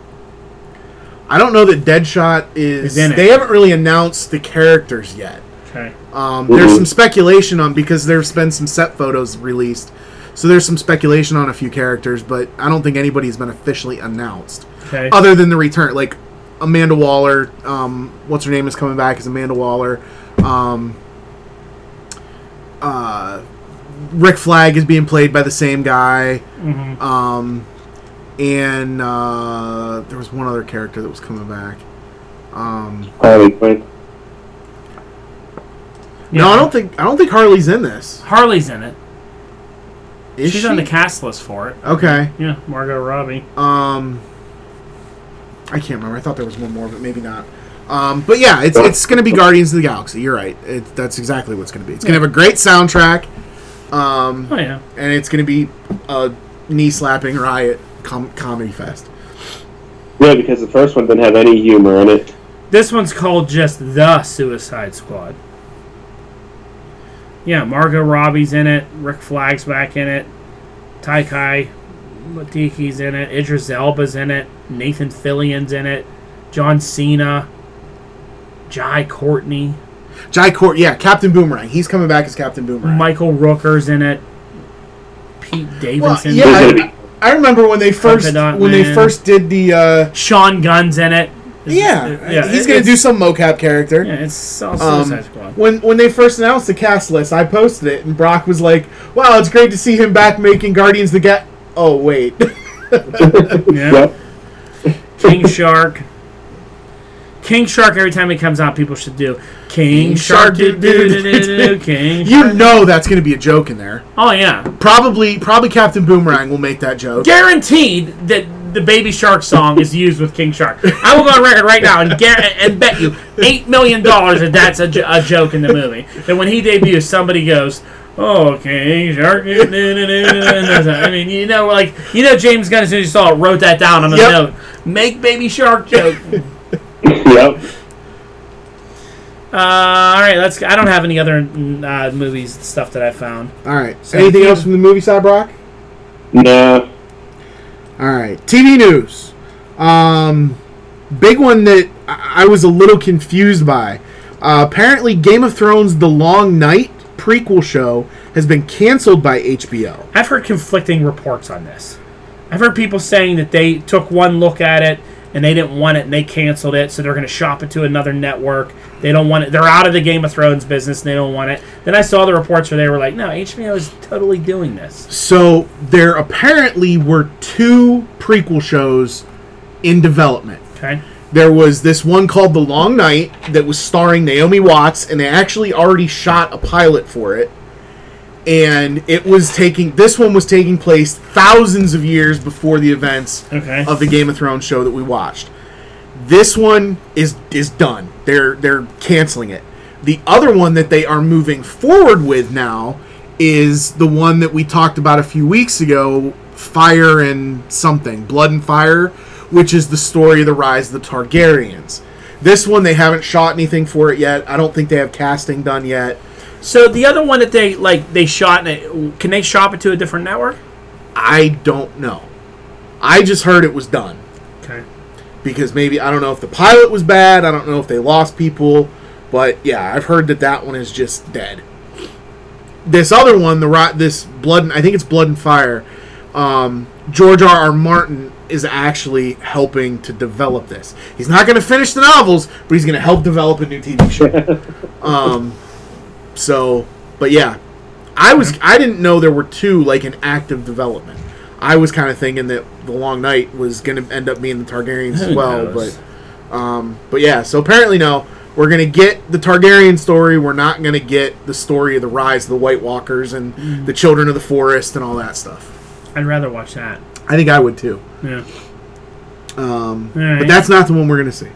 Speaker 3: I don't know that Deadshot is.
Speaker 1: Is in it.
Speaker 3: They haven't really announced the characters yet.
Speaker 1: Okay.
Speaker 3: Um, There's
Speaker 2: Mhm.
Speaker 3: some speculation on because there's been some set photos released, so there's some speculation on a few characters, but I don't think anybody's been officially announced
Speaker 1: Okay.
Speaker 3: other than the return. Like Amanda Waller, um, what's her name is coming back as Amanda Waller. Um, uh, Rick Flag is being played by the same guy,
Speaker 1: hmm
Speaker 3: um, and uh, there was one other character that was coming back. Um,
Speaker 2: Harley Quinn.
Speaker 3: No, I don't think I don't think Harley's in this.
Speaker 1: Harley's in it.
Speaker 3: Is
Speaker 1: She's
Speaker 3: she?
Speaker 1: on the cast list for it.
Speaker 3: Okay.
Speaker 1: Yeah, Margot Robbie.
Speaker 3: Um, I can't remember. I thought there was one more, but maybe not. Um, but yeah, it's it's going to be Guardians of the Galaxy. You're right. It, that's exactly what's going to be. It's going to have a great soundtrack, um,
Speaker 1: Oh yeah.
Speaker 3: and it's going to be a knee slapping riot com- comedy fest.
Speaker 2: Yeah, because the first one didn't have any humor in it.
Speaker 1: This one's called just the Suicide Squad. Yeah, Margot Robbie's in it. Rick Flag's back in it. Taikai Matiki's in it. Idris Elba's in it. Nathan Fillion's in it. John Cena. Jai Courtney.
Speaker 3: Jai Court, yeah, Captain Boomerang. He's coming back as Captain Boomerang.
Speaker 1: Michael Rooker's in it. Pete
Speaker 3: well,
Speaker 1: Davidson.
Speaker 3: yeah,
Speaker 2: There's gonna
Speaker 3: I,
Speaker 2: be-
Speaker 3: I remember when they first
Speaker 1: Confidant
Speaker 3: when they
Speaker 1: Man.
Speaker 3: first did the uh,
Speaker 1: Sean Gunn's in it. Is-
Speaker 3: yeah, he's
Speaker 1: it-
Speaker 3: going to do
Speaker 1: it's-
Speaker 3: some mocap character.
Speaker 1: Yeah, it's all
Speaker 3: Um,
Speaker 1: Suicide Squad.
Speaker 3: when when they first announced the cast list, I posted it, and Brock was like, "Wow, it's great to see him back making Guardians the Ga." Oh wait,
Speaker 1: Yeah.
Speaker 2: Yep.
Speaker 1: King Shark. King Shark. Every time it comes out, people should do King Shark. Do, do, do, do, do, King. Shark.
Speaker 3: you know that's going to be a joke in there.
Speaker 1: Oh yeah,
Speaker 3: Probably probably Captain Boomerang will make that joke.
Speaker 1: guaranteed that the Baby Shark song is used with King Shark. I will go on record right now and gar- and bet you eight million dollars that that's a, jo- a joke in the movie. That when he debuts, somebody goes. Oh, King Shark. do, do, do, do, do," and there's a- I mean, you know, like you know, James Gunn as soon as he saw it, wrote that down on a
Speaker 3: Yep.
Speaker 1: note. Make baby shark joke.
Speaker 2: Yep.
Speaker 1: Uh, all right, let's. I don't have any other mm, uh, movies and stuff that I found.
Speaker 3: All right.
Speaker 1: So-
Speaker 3: Anything else from the movie side, Brock?
Speaker 2: No.
Speaker 3: All right. TV news. Um, big one that I I was a little confused by. Uh, apparently, Game of Thrones: The Long Night prequel show has been canceled by HBO.
Speaker 1: I've heard conflicting reports on this. I've heard people saying that they took one look at it and they didn't want it and they canceled it, so they're going to shop it to another network. They don't want it. They're out of the Game of Thrones business and they don't want it. Then I saw the reports where they were like, "No, HBO is totally doing this."
Speaker 3: So there apparently were two prequel shows in development.
Speaker 1: Okay.
Speaker 3: There was this one called The Long Night that was starring Naomi Watts, and they actually already shot a pilot for it. And it was taking this one was taking place thousands of years before the events
Speaker 1: Okay.
Speaker 3: of the Game of Thrones show that we watched. This one is is done. They're they're canceling it. The other one that they are moving forward with now is the one that we talked about a few weeks ago, Fire and something, Blood and Fire, which is the story of the rise of the Targaryens. This one they haven't shot anything for it yet. I don't think they have casting done yet.
Speaker 1: So the other one that they like they shot, and it, can they shop it to a different network?
Speaker 3: I don't know. I just heard it was done.
Speaker 1: Okay.
Speaker 3: because maybe I don't know if the pilot was bad. I don't know if they lost people, but yeah, I've heard that that one is just dead. This other one, the rot, this blood, and I think it's Blood and Fire. Um, George R. R. Martin is actually helping to develop this. He's not going to finish the novels, but he's going to help develop a new TV show. um, so, but yeah, I was
Speaker 1: Mm-hmm.
Speaker 3: I didn't know there were two like in active development. I was kind of thinking that the Long Night was going to end up being the Targaryens as
Speaker 1: Who
Speaker 3: well,
Speaker 1: knows?
Speaker 3: but um, but yeah. So apparently, no, we're going to get the Targaryen story. We're not going to get the story of the rise of the White Walkers and
Speaker 1: Mm-hmm.
Speaker 3: the Children of the Forest and all that stuff.
Speaker 1: I'd rather watch that.
Speaker 3: I think I would too.
Speaker 1: Yeah.
Speaker 3: Um,
Speaker 1: All right.
Speaker 3: But that's not the one we're going to see.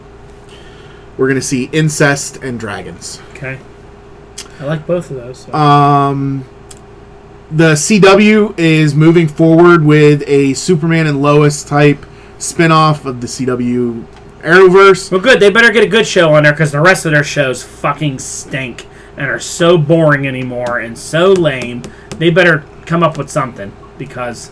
Speaker 3: We're going to see incest and dragons.
Speaker 1: Okay. I like both of those. so-
Speaker 3: Um, the CW is moving forward with a Superman and Lois type spin off of the CW Arrowverse.
Speaker 1: Well, good. They better get a good show on there because the rest of their shows fucking stink and are so boring anymore and so lame. They better come up with something because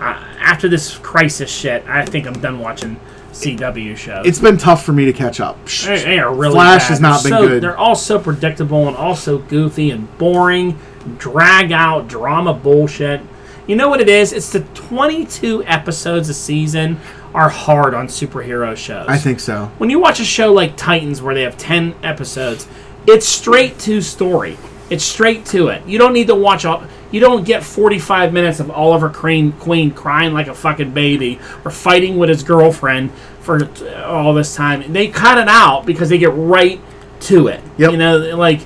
Speaker 1: uh, after this crisis shit, I think I'm done watching CW shows.
Speaker 3: It's been tough for me to catch up. Psh,
Speaker 1: They- they are really
Speaker 3: Flash
Speaker 1: bad.
Speaker 3: has not
Speaker 1: They're
Speaker 3: been
Speaker 1: so-
Speaker 3: good.
Speaker 1: They're all so predictable and also goofy and boring, drag out drama bullshit. You know what it is? It's the 22 episodes a season are hard on superhero shows.
Speaker 3: I think so.
Speaker 1: when you watch a show like Titans where they have 10 episodes, it's straight to story. It's straight to it. You don't need to watch all you don't get 45 minutes of Oliver Crane Queen crying like a fucking baby or fighting with his girlfriend for t- all this time. They cut it out because they get right to it.
Speaker 3: Yep.
Speaker 1: You know, like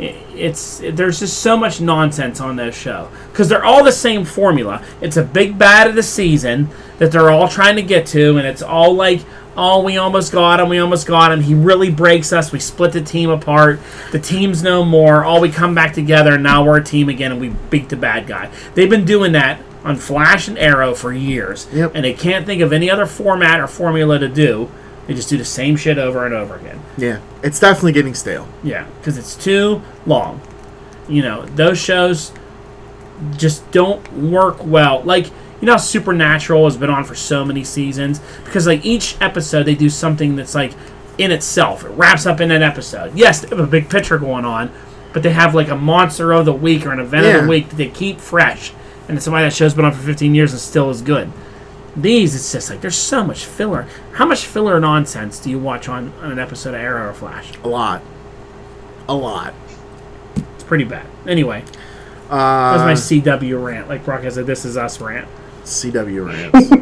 Speaker 1: i- it's there's just so much nonsense on this show because they're all the same formula. It's a big bad of the season that they're all trying to get to, and it's all like, oh, we almost got him, we almost got him. He really breaks us. We split the team apart. The team's no more. All we come back together, and now we're a team again, and we beat the bad guy. They've been doing that on Flash and Arrow for years,
Speaker 3: Yep.
Speaker 1: and they can't think of any other format or formula to do. They just do the same shit over and over again.
Speaker 3: Yeah, it's definitely getting stale.
Speaker 1: Yeah, because it's too long. You know, those shows just don't work well. Like, you know, how Supernatural has been on for so many seasons because, like, each episode they do something that's, like, in itself. It wraps up in an episode. Yes, they have a big picture going on, but they have, like, a monster of the week or an event of
Speaker 3: Yeah.
Speaker 1: the week that they keep fresh. And it's somebody that show's been on for 15 years and still is good. These, it's just like, there's so much filler. How much filler nonsense do you watch on, on an episode of Arrow or Flash?
Speaker 3: A lot, a lot.
Speaker 1: It's pretty bad. Anyway, that's my
Speaker 3: Uh,
Speaker 1: CW rant. Like Brock has a "This Is Us" rant.
Speaker 3: CW rants.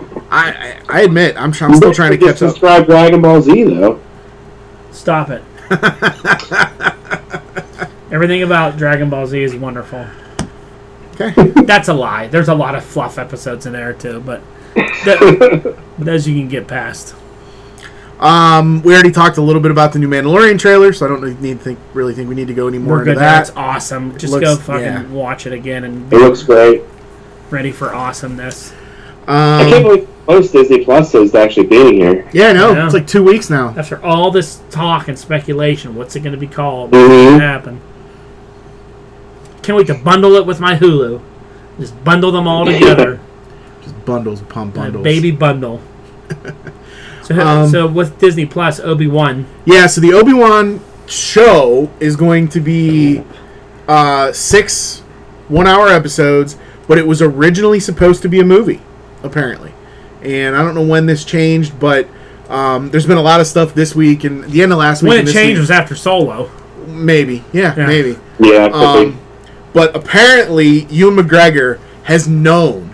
Speaker 3: I, I I admit I'm, tr- I'm still trying to catch up.
Speaker 2: Describe Dragon Ball Z though.
Speaker 1: Stop it. Everything about Dragon Ball Z is wonderful.
Speaker 3: Okay.
Speaker 1: That's a lie. There's a lot of fluff episodes in there too, but th- those you can get past.
Speaker 3: Um, we already talked a little bit about the new Mandalorian trailer, so I don't really need to think really think we need to go any more
Speaker 1: We're
Speaker 3: into
Speaker 1: good. That's
Speaker 3: that.
Speaker 1: awesome. Just
Speaker 3: looks-
Speaker 1: go fucking
Speaker 3: yeah.
Speaker 1: watch it again and
Speaker 2: It
Speaker 1: be
Speaker 2: looks great.
Speaker 1: ready for awesomeness.
Speaker 2: I can't
Speaker 3: Um,
Speaker 2: believe how close Disney Plus is to actually being here.
Speaker 3: yeah, no,
Speaker 1: Yeah.
Speaker 3: it's like two weeks now.
Speaker 1: After all this talk and speculation, what's it going to be called? What's going
Speaker 2: Mhm.
Speaker 1: to happen? Can't wait to bundle it with my Hulu. Just bundle them all together.
Speaker 3: Just bundles upon
Speaker 1: A
Speaker 3: bundles.
Speaker 1: baby bundle. so,
Speaker 3: Um,
Speaker 1: so with Disney Plus, Obi Wan.
Speaker 3: Yeah, so the Obi Wan show is going to be uh, six one hour episodes, but it was originally supposed to be a movie, apparently. And I don't know when this changed, but um, there's been a lot of stuff this week and the end of last week.
Speaker 1: When
Speaker 3: and
Speaker 1: it
Speaker 3: this
Speaker 1: changed was
Speaker 3: week.
Speaker 1: after Solo.
Speaker 3: maybe, yeah,
Speaker 1: Yeah.
Speaker 3: maybe.
Speaker 2: Yeah, it could
Speaker 3: Um, but apparently, Ewan McGregor has known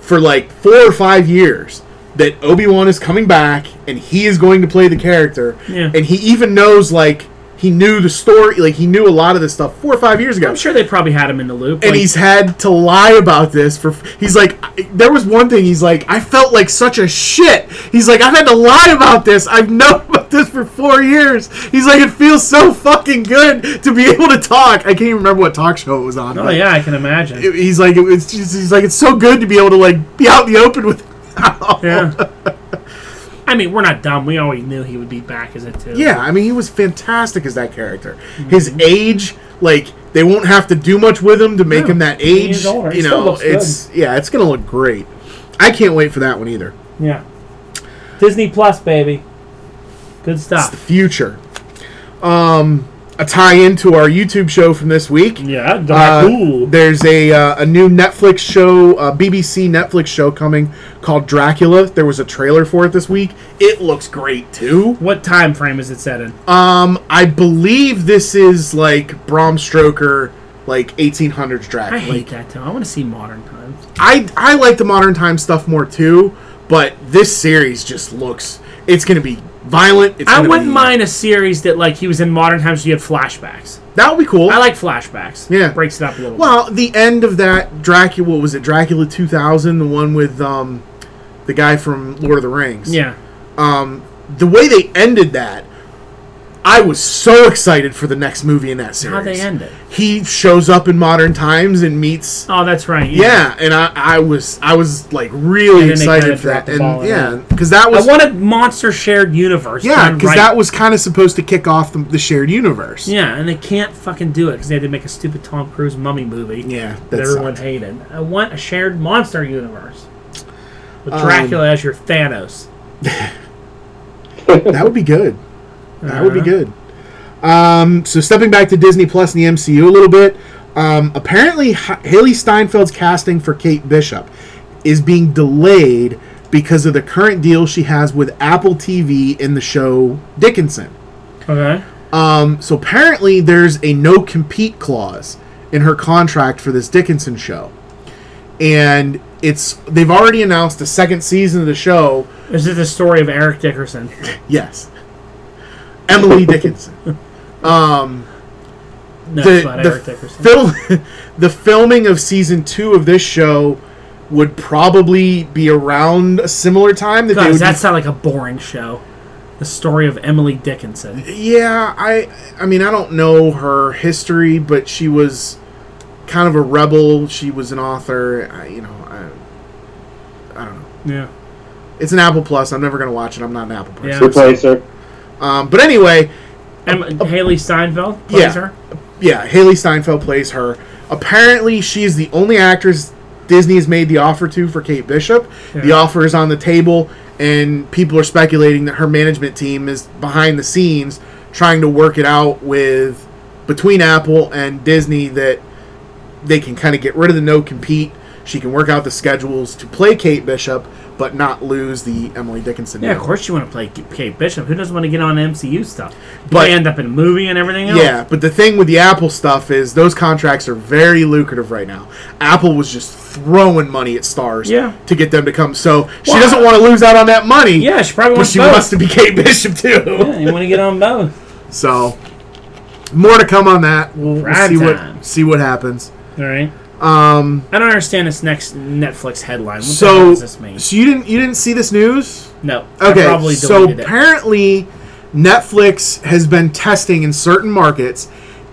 Speaker 3: for like four or five years that Obi Wan is coming back and he is going to play the character.
Speaker 1: Yeah.
Speaker 3: And he even knows, like, he knew the story, like, he knew a lot of this stuff four or five years ago.
Speaker 1: I'm sure they probably had him in the loop.
Speaker 3: And
Speaker 1: like,
Speaker 3: he's had to lie about this for. He's like, I- there was one thing. He's like, I felt like such a shit. He's like, I've had to lie about this. I've known about this for four years. He's like, it feels so fucking good to be able to talk. I can't even remember what talk show it was on.
Speaker 1: oh
Speaker 3: but
Speaker 1: yeah, I can imagine.
Speaker 3: it- he's like, it's just, he's like, it's so good to be able to like be out in the open with.
Speaker 1: yeah. I mean, we're not dumb. We always knew he would be back as a two.
Speaker 3: Yeah, I mean, he was fantastic as that character.
Speaker 1: Mm-hmm.
Speaker 3: His age, like they won't have to do much with him to make
Speaker 1: No,
Speaker 3: him that
Speaker 1: he
Speaker 3: age.
Speaker 1: is older. He
Speaker 3: You
Speaker 1: still
Speaker 3: know,
Speaker 1: looks good.
Speaker 3: it's yeah, it's gonna look great. I can't wait for that one either.
Speaker 1: Yeah. Disney Plus, baby. Good
Speaker 3: The
Speaker 1: stuff.
Speaker 3: future. Um, a tie in to our YouTube show from this week.
Speaker 1: Yeah.
Speaker 3: Uh,
Speaker 1: Ooh.
Speaker 3: there's a uh, a new Netflix show, uh, BBC Netflix show coming called Dracula. There was a trailer for it this week. It looks great too.
Speaker 1: What time frame is it set in?
Speaker 3: Um, I believe this is like Bram Stoker, like 1800s Dracula.
Speaker 1: I hate
Speaker 3: Like,
Speaker 1: that time. I want to see modern times.
Speaker 3: I I like the modern time stuff more too, but this series just looks. It's gonna be violent. It's
Speaker 1: I
Speaker 3: gonna
Speaker 1: wouldn't
Speaker 3: be-
Speaker 1: mind a series that like he was in modern times. You had flashbacks.
Speaker 3: That would be cool.
Speaker 1: I like flashbacks.
Speaker 3: Yeah.
Speaker 1: breaks it up a little. bit.
Speaker 3: well, the end of that Dracula what was it Dracula 2000, the one with um, the guy from Lord of the Rings.
Speaker 1: yeah.
Speaker 3: Um, the way they ended that, I was so excited for the next movie in that series.
Speaker 1: How'd they end it?
Speaker 3: He shows up in modern times and meets.
Speaker 1: Oh, that's right.
Speaker 3: Yeah, and I, I was I was like really
Speaker 1: And then they kinda
Speaker 3: excited for
Speaker 1: dropped
Speaker 3: that,
Speaker 1: the ball
Speaker 3: and
Speaker 1: on
Speaker 3: yeah, because that
Speaker 1: I
Speaker 3: was
Speaker 1: want a monster shared universe.
Speaker 3: yeah,
Speaker 1: done
Speaker 3: because
Speaker 1: right.
Speaker 3: that was kind of supposed to kick off the, the shared universe.
Speaker 1: Yeah, and they can't fucking do it because they had to make a stupid Tom Cruise mummy movie.
Speaker 3: yeah,
Speaker 1: that
Speaker 3: that
Speaker 1: everyone
Speaker 3: sucked.
Speaker 1: hated. I want a shared monster universe with
Speaker 3: Um,
Speaker 1: Dracula as your Thanos.
Speaker 3: that would be good. That would be
Speaker 1: Uh-huh.
Speaker 3: good. Um, so stepping back to Disney Plus and the MCU a little bit, um, apparently H- Haley Steinfeld's casting for Kate Bishop is being delayed because of the current deal she has with Apple TV in the show Dickinson.
Speaker 1: Okay.
Speaker 3: Um, so apparently there's a no compete clause in her contract for this Dickinson show, and it's they've already announced a second season of the show.
Speaker 1: This is the story of Eric Dickerson.
Speaker 3: Yes, Emily Dickinson.
Speaker 1: No, it's
Speaker 3: the,
Speaker 1: not Eric
Speaker 3: the,
Speaker 1: Dickerson.
Speaker 3: fil- the filming of season two of this show would probably be around a similar time that
Speaker 1: God,
Speaker 3: they
Speaker 1: does
Speaker 3: would
Speaker 1: that sound like a boring show? The story of Emily Dickinson.
Speaker 3: be- yeah i i mean i don't know her history but she was kind of a rebel she was an author I, you know I, I don't know
Speaker 1: Yeah.
Speaker 3: it's an apple plus i'm never going to watch it i'm not an apple
Speaker 1: Yeah.
Speaker 3: person
Speaker 2: Replace her.
Speaker 3: um, but anyway
Speaker 1: Em- Haley Steinfeld plays
Speaker 3: Yeah.
Speaker 1: her.
Speaker 3: yeah, Haley Steinfeld plays her. Apparently, she is the only actress Disney has made the offer to for Kate Bishop. The
Speaker 1: Yeah.
Speaker 3: offer is on the table, and people are speculating that her management team is behind the scenes trying to work it out with between Apple and Disney that they can kind of get rid of the no compete. She can work out the schedules to play Kate Bishop, but not lose the Emily Dickinson.
Speaker 1: Yeah, of
Speaker 3: deal.
Speaker 1: course you want to play K- Kate Bishop. Who doesn't want to get on MCU stuff? But
Speaker 3: But-
Speaker 1: they end up in a movie and everything else.
Speaker 3: Yeah, but the thing with the Apple stuff is those contracts are very lucrative right now. Apple was just throwing money at stars
Speaker 1: Yeah.
Speaker 3: to get them to come. So she
Speaker 1: Well,
Speaker 3: doesn't want to lose out on that money.
Speaker 1: Yeah, she probably
Speaker 3: but
Speaker 1: wants
Speaker 3: she
Speaker 1: both.
Speaker 3: wants to be Kate Bishop too.
Speaker 1: Yeah, you want to get on both.
Speaker 3: So more to come on that. We'll, we'll
Speaker 1: Prime
Speaker 3: see
Speaker 1: time.
Speaker 3: what see what happens.
Speaker 1: All right.
Speaker 3: Um,
Speaker 1: I don't understand this next Netflix headline. What the hell
Speaker 3: so
Speaker 1: does this mean?
Speaker 3: so you didn't you didn't see this news?
Speaker 1: No. I
Speaker 3: Okay,
Speaker 1: probably
Speaker 3: so
Speaker 1: deleted it.
Speaker 3: apparently Netflix has been testing in certain markets,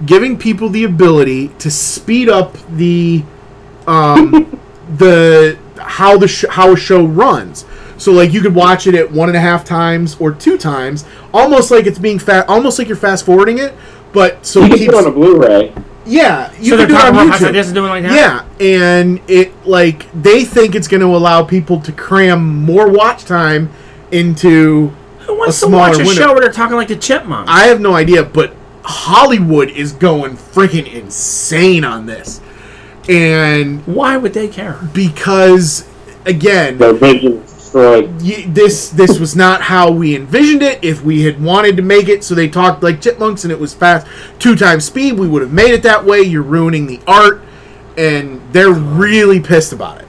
Speaker 3: giving people the ability to speed up the, um, the how the sh- how a show runs. So like you could watch it at one and a half times or two times, almost like it's being fat, almost like you're fast forwarding it. But so
Speaker 2: You
Speaker 3: it
Speaker 2: can put
Speaker 3: keeps,
Speaker 2: on a Blu-ray.
Speaker 3: yeah, you
Speaker 1: so they're
Speaker 3: can do
Speaker 1: talking
Speaker 3: it on
Speaker 1: about
Speaker 3: YouTube.
Speaker 1: how this is doing like that.
Speaker 3: Yeah, and it like they think it's going to allow people to cram more watch time into.
Speaker 1: Who wants
Speaker 3: A
Speaker 1: to watch a
Speaker 3: smaller window.
Speaker 1: show where they're talking like the chipmunk?
Speaker 3: I have no idea, but Hollywood is going freaking insane on this, and
Speaker 1: Why would they care?
Speaker 3: because again,
Speaker 2: Their vision is destroyed.
Speaker 3: y- this this was not how we envisioned it. If we had wanted to make it so they talked like chipmunks and it was fast two times speed, we would have made it that way. You're ruining the art, and they're really pissed about it.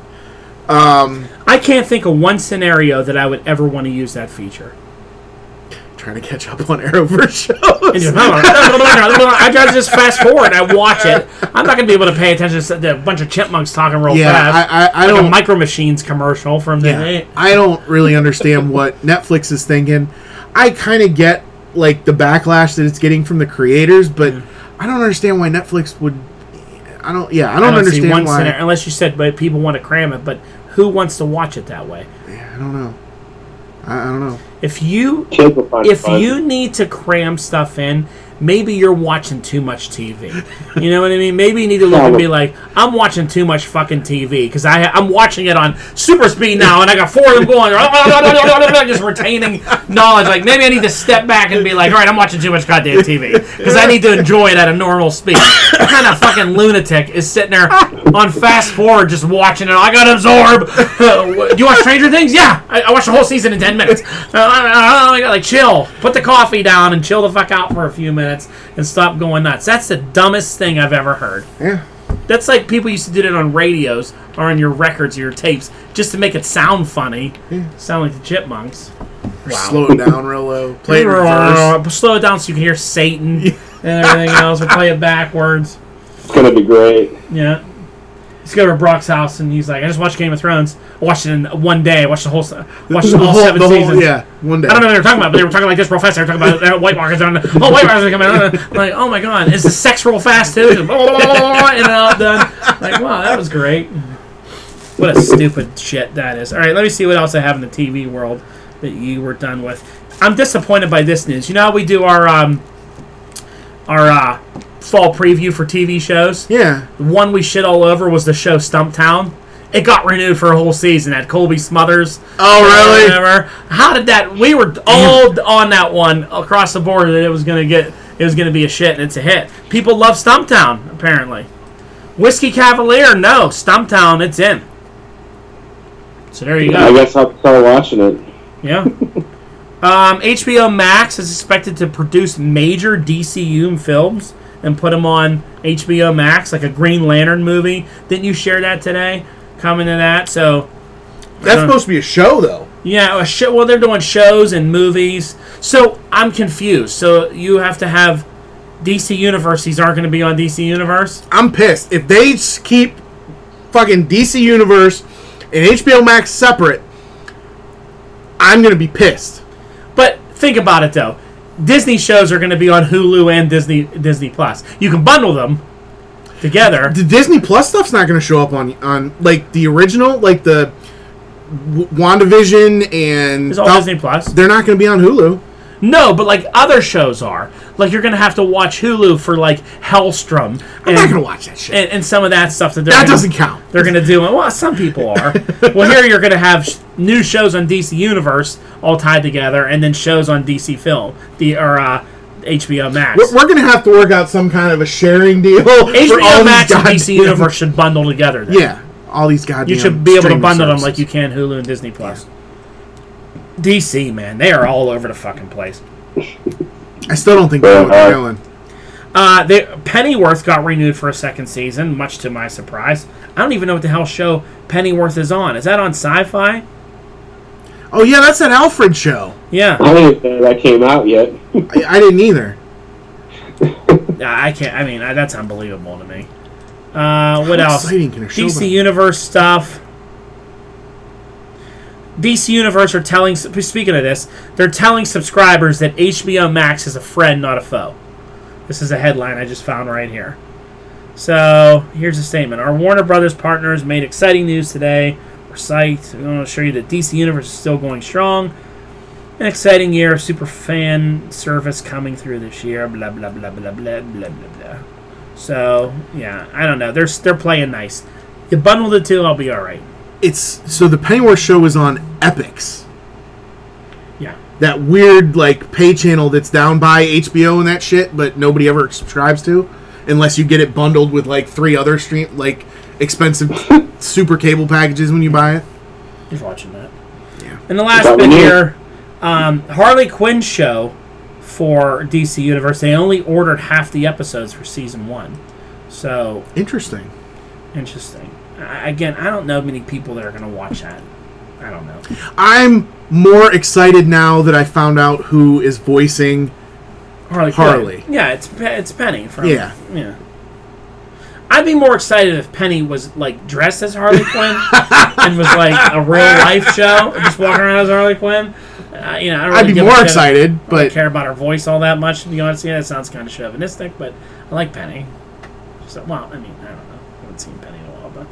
Speaker 1: I can't think of one scenario that I would ever want to use that feature.
Speaker 3: trying to catch up on Arrowverse shows.
Speaker 1: And just, I try to just fast forward. I watch it. I'm not going to be able to pay attention to the- a bunch of chipmunks talking real
Speaker 3: Yeah,
Speaker 1: fast.
Speaker 3: I- I- I
Speaker 1: like a
Speaker 3: don't-
Speaker 1: Micro Machines commercial from the.
Speaker 3: Yeah, I don't really understand what Netflix is thinking. I kind of get like the backlash that it's getting from the creators, but I don't understand why Netflix would. I don't. Yeah, I don't,
Speaker 1: I don't see
Speaker 3: understand
Speaker 1: one
Speaker 3: why.
Speaker 1: scenario unless you said, but people want to cram it. But who wants to watch it that way?
Speaker 3: Yeah, I don't know. I, I don't know.
Speaker 1: If you
Speaker 2: Kids will find it
Speaker 1: if
Speaker 2: fun.
Speaker 1: you need to cram stuff in, maybe you're watching too much TV. You know what I mean? Maybe you need to look and be like, I'm watching too much fucking TV because I I'm watching it on super speed now, and I got four of them going, just retaining knowledge. Like maybe I need to step back and be like, all right, I'm watching too much goddamn TV because I need to enjoy it at a normal speed. What kind of fucking lunatic is sitting there on fast forward just watching it? I got to absorb. Uh, do you watch Stranger Things? Yeah, I, I watched the whole season in ten minutes. Uh, I, I, I, like chill, put the coffee down and chill the fuck out for a few minutes and stop going nuts. That's the dumbest thing I've ever heard.
Speaker 3: Yeah.
Speaker 1: That's like people used to do it on radios or on your records or your tapes just to make it sound funny. Sound like the chipmunks.
Speaker 3: Slow it down real low. Play it in reverse.
Speaker 1: uh, Slow it down so you can hear Satan and everything else. Or play it backwards.
Speaker 2: It's gonna be great.
Speaker 1: Yeah. Let's go to Brock's house, and he's like, "I just watched Game of Thrones. I watched it in one day. I watched the whole, se- watched all seven seasons.
Speaker 3: yeah, one day.
Speaker 1: I don't know what they were talking about, but they were talking like this real fast. They were talking about uh, white markets on oh white markets are coming out. I'm like oh my god, is the sex real fast too? And uh, done. Like wow, that was great. What a stupid shit that is. All right, let me see what else I have in the TV world that you were done with. I'm disappointed by this news. You know how we do our um, our uh, fall preview for TV shows.
Speaker 3: Yeah,
Speaker 1: The one we shit all over was the show Stumptown. It got renewed for a whole season. Had Colby Smothers.
Speaker 3: Oh, really?
Speaker 1: Whatever. How did that? We were all on that one across the board that it was gonna get. It was gonna be a shit, and it's a hit. People love Stumptown apparently. Whiskey Cavalier, no Stumptown, it's in. So there you
Speaker 2: I
Speaker 1: go.
Speaker 2: guess I'll start watching it.
Speaker 1: Yeah. Um, HBO Max is expected to produce major DCU films and put them on HBO Max, like a Green Lantern movie. Didn't you share that today? Coming to that, so
Speaker 3: that's
Speaker 1: Uh,
Speaker 3: supposed to be a show though.
Speaker 1: yeah, a show, well they're doing shows and movies. So I'm confused. So you have to have DC Universe. These aren't going to be on DC Universe.
Speaker 3: I'm pissed if they s- keep fucking DC Universe and HBO Max separate. I'm gonna be pissed.
Speaker 1: But think about it though. Disney shows are going to be on Hulu and Disney Disney Plus. You can bundle them together.
Speaker 3: The Disney Plus stuff's not gonna show up on on like the original, like the W- WandaVision and
Speaker 1: It's all
Speaker 3: Thou-
Speaker 1: Disney Plus.
Speaker 3: They're not gonna be on Hulu.
Speaker 1: No, but like other shows are. Like you're gonna have to watch Hulu for like Hellstrom
Speaker 3: I'm
Speaker 1: and,
Speaker 3: not gonna watch that shit.
Speaker 1: and, and some of that stuff that they're
Speaker 3: that
Speaker 1: gonna,
Speaker 3: doesn't count.
Speaker 1: They're gonna do. Well, some people are. well, here you're gonna have sh- new shows on DC Universe all tied together, and then shows on DC Film, the or uh, HBO Max.
Speaker 3: We're, we're gonna have to work out some kind of a sharing deal. for all
Speaker 1: HBO
Speaker 3: these
Speaker 1: Max and DC
Speaker 3: goddamn-
Speaker 1: Universe should bundle together. Then.
Speaker 3: Yeah, all these goddamn.
Speaker 1: You should be able to
Speaker 3: streaming
Speaker 1: bundle them like
Speaker 3: services.
Speaker 1: you can Hulu and Disney Plus. DC, man, they are all over the fucking place.
Speaker 3: I still don't think they know what they're
Speaker 2: Uh-huh.
Speaker 3: doing.
Speaker 1: Uh, they, Pennyworth got renewed for a second season, much to my surprise. I don't even know what the hell show Pennyworth is on. Is that on Sci-Fi?
Speaker 3: Oh yeah, that's that Alfred show.
Speaker 1: Yeah,
Speaker 2: I didn't know that came out yet.
Speaker 3: I, I didn't either.
Speaker 1: I can't. I mean, I, that's unbelievable to me. Uh, what
Speaker 3: How
Speaker 1: else?
Speaker 3: exciting can a show
Speaker 1: DC
Speaker 3: be?
Speaker 1: Universe stuff. DC Universe are telling. Speaking of this, they're telling subscribers that HBO Max is a friend, not a foe. This is a headline I just found right here. So here's a statement: Our Warner Brothers partners made exciting news today. We're psyched. We want to show you that DC Universe is still going strong. An exciting year of super fan service coming through this year. Blah blah blah blah blah blah blah blah. So yeah, I don't know. They're they're playing nice. You bundle the two, I'll be all right.
Speaker 3: It's so the Pennyworth show is on Epics,
Speaker 1: Yeah,
Speaker 3: that weird like pay channel that's down by HBO and that shit, but nobody ever subscribes to, unless you get it bundled with like three other stream like expensive super cable packages when you buy it.
Speaker 1: he's watching that.
Speaker 3: Yeah.
Speaker 1: And the last
Speaker 2: But we
Speaker 1: bit
Speaker 2: need-
Speaker 1: here, um, Harley Quinn show for DC Universe. They only ordered half the episodes for season one. So
Speaker 3: Interesting.
Speaker 1: Interesting. I, again, I don't know many people that are going to watch that. I don't know.
Speaker 3: I'm more excited now that I found out who is voicing.
Speaker 1: Harley.
Speaker 3: Harley.
Speaker 1: Quinn. Yeah, it's Pe- it's Penny from.
Speaker 3: Yeah.
Speaker 1: Yeah. I'd be more excited if Penny was like dressed as Harley Quinn and was like a real life show, and just walking around as Harley Quinn. Uh, you know, I don't really
Speaker 3: I'd be
Speaker 1: give a
Speaker 3: more
Speaker 1: shit.
Speaker 3: excited,
Speaker 1: I don't
Speaker 3: but
Speaker 1: care about her voice all that much. To be honest, yeah, that sounds kind of chauvinistic, but I like Penny. So, well, I mean, I don't know. I haven't seen Penny in a while,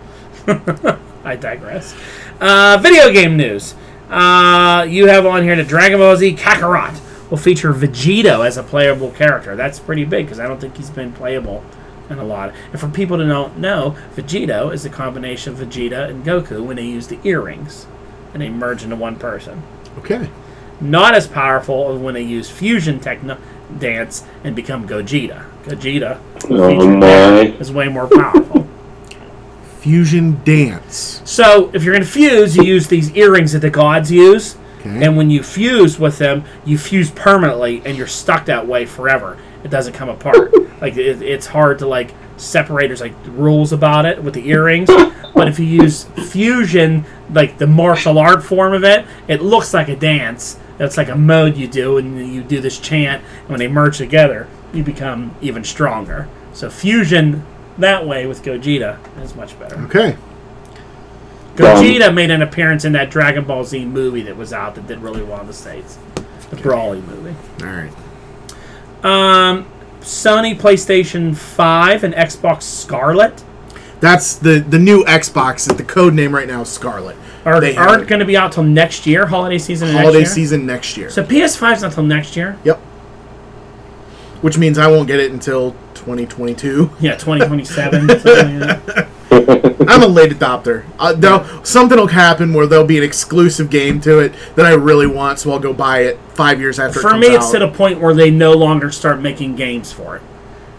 Speaker 1: but I digress. Uh, video game news. Uh, you have on here the Dragon Ball Z Kakarot will feature Vegito as a playable character. That's pretty big because I don't think he's been playable in a lot. And for people who don't know, Vegito is a combination of Vegeta and Goku when they use the earrings and they merge into one person
Speaker 3: okay.
Speaker 1: not as powerful as when they use fusion techno dance and become Gogeta. Gogeta
Speaker 2: Oh my.
Speaker 1: is way more powerful.
Speaker 3: Fusion dance.
Speaker 1: so if you're gonna fuse, you use these earrings that the gods use,
Speaker 3: Okay.
Speaker 1: and when you fuse with them, you fuse permanently, and you're stuck that way forever. It doesn't come apart. like it, it's hard to like separate. There's like rules about it with the earrings, but if you use fusion, like the martial art form of it, it looks like a dance. It's like a mode you do, and you do this chant. And when they merge together, you become even stronger. So fusion that way with Gogeta is much better.
Speaker 3: Okay. Um,
Speaker 1: Gogeta made an appearance in that Dragon Ball Z movie that was out that did really well in the States. The Brawly movie.
Speaker 3: All right.
Speaker 1: Um, Sony PlayStation 5 and Xbox Scarlet
Speaker 3: That's the the new Xbox. That the code name right now is Scarlet.
Speaker 1: are,
Speaker 3: They have
Speaker 1: aren't
Speaker 3: it.
Speaker 1: going to be out till next year, holiday season. and
Speaker 3: holiday
Speaker 1: next year.
Speaker 3: season next year?
Speaker 1: So PS5's not till next year.
Speaker 3: yep. Which means I won't get it until 2022.
Speaker 1: Yeah, 2027. something like that.
Speaker 3: I'm a late adopter. Uh, though something will happen where there'll be an exclusive game to it that I really want, so I'll go buy it five years after. it
Speaker 1: for
Speaker 3: comes
Speaker 1: me, it's
Speaker 3: out.
Speaker 1: to the point where they no longer start making games for it.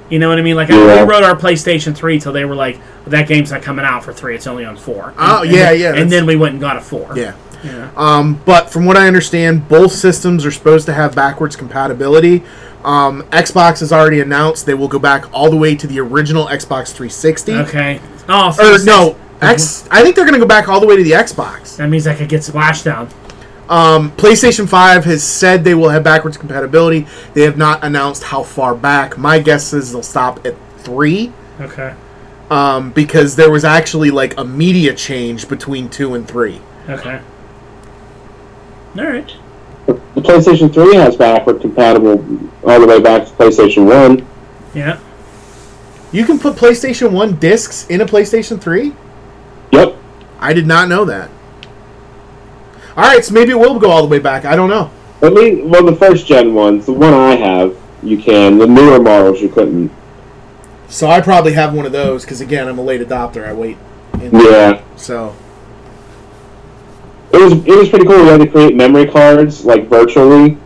Speaker 1: You know what I mean? Like
Speaker 2: Yeah.
Speaker 1: I, we wrote our PlayStation 3 till they were like, "That game's not coming out for three; it's only on four.
Speaker 3: Oh,
Speaker 1: And-
Speaker 3: yeah,
Speaker 1: and-
Speaker 3: yeah,
Speaker 1: And
Speaker 3: that's-
Speaker 1: then we went and got a four.
Speaker 3: yeah.
Speaker 1: Yeah.
Speaker 3: Um, but from what I understand, both systems are supposed to have backwards compatibility. Um, Xbox has already announced they will go back all the way to the original Xbox 360.
Speaker 1: Okay. Oh,
Speaker 3: Or
Speaker 1: 360.
Speaker 3: no, X. I think they're going to go back all the way to the Xbox.
Speaker 1: That means I could get Splashdown.
Speaker 3: Um, PlayStation 5 has said they will have backwards compatibility. They have not announced how far back. My guess is they'll stop at three.
Speaker 1: Okay.
Speaker 3: um, because there was actually like a media change between two and three.
Speaker 1: Okay. All right.
Speaker 2: The PlayStation 3 has backward compatible all the way back to PlayStation 1.
Speaker 1: Yeah.
Speaker 3: You can put PlayStation One discs in a PlayStation Three.
Speaker 2: Yep.
Speaker 3: I did not know that. All right, so maybe it will go all the way back. I don't know.
Speaker 2: At least, well, the first gen ones, the one I have, you can. The newer models, you couldn't.
Speaker 3: So I probably have one of those because again, I'm a late adopter. I wait. In,
Speaker 2: Yeah.
Speaker 3: So
Speaker 2: It was it was pretty cool. You had to create memory cards like virtually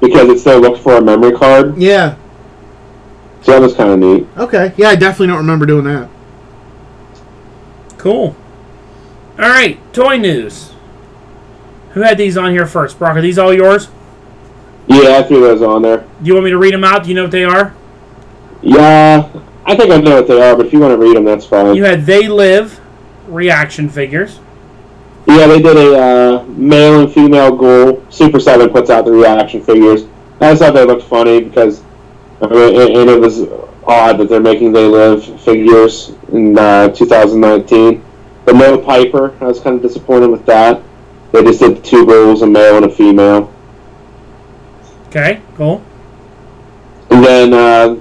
Speaker 2: because it still looked for a memory card.
Speaker 3: yeah,
Speaker 2: So that was kind of neat.
Speaker 3: okay, yeah. I definitely don't remember doing that.
Speaker 1: Cool. All right. Toy news. Who had these on here first? Brock, are these all yours?
Speaker 2: Yeah, I threw those on there.
Speaker 1: Do you want me to read them out? Do you know what they are?
Speaker 2: Yeah, I think I know what they are, but if you want to read them, that's fine.
Speaker 1: You had They Live reaction figures.
Speaker 2: Yeah, they did a uh, male and female ghoul. Super Seven puts out the reaction figures. I just thought they looked funny because, I mean, and, and it was odd that they're making They Live figures in uh, 2019. But no Piper. I was kind of disappointed with that. They just did two ghouls, a male and a female.
Speaker 1: Okay, cool.
Speaker 2: And then uh,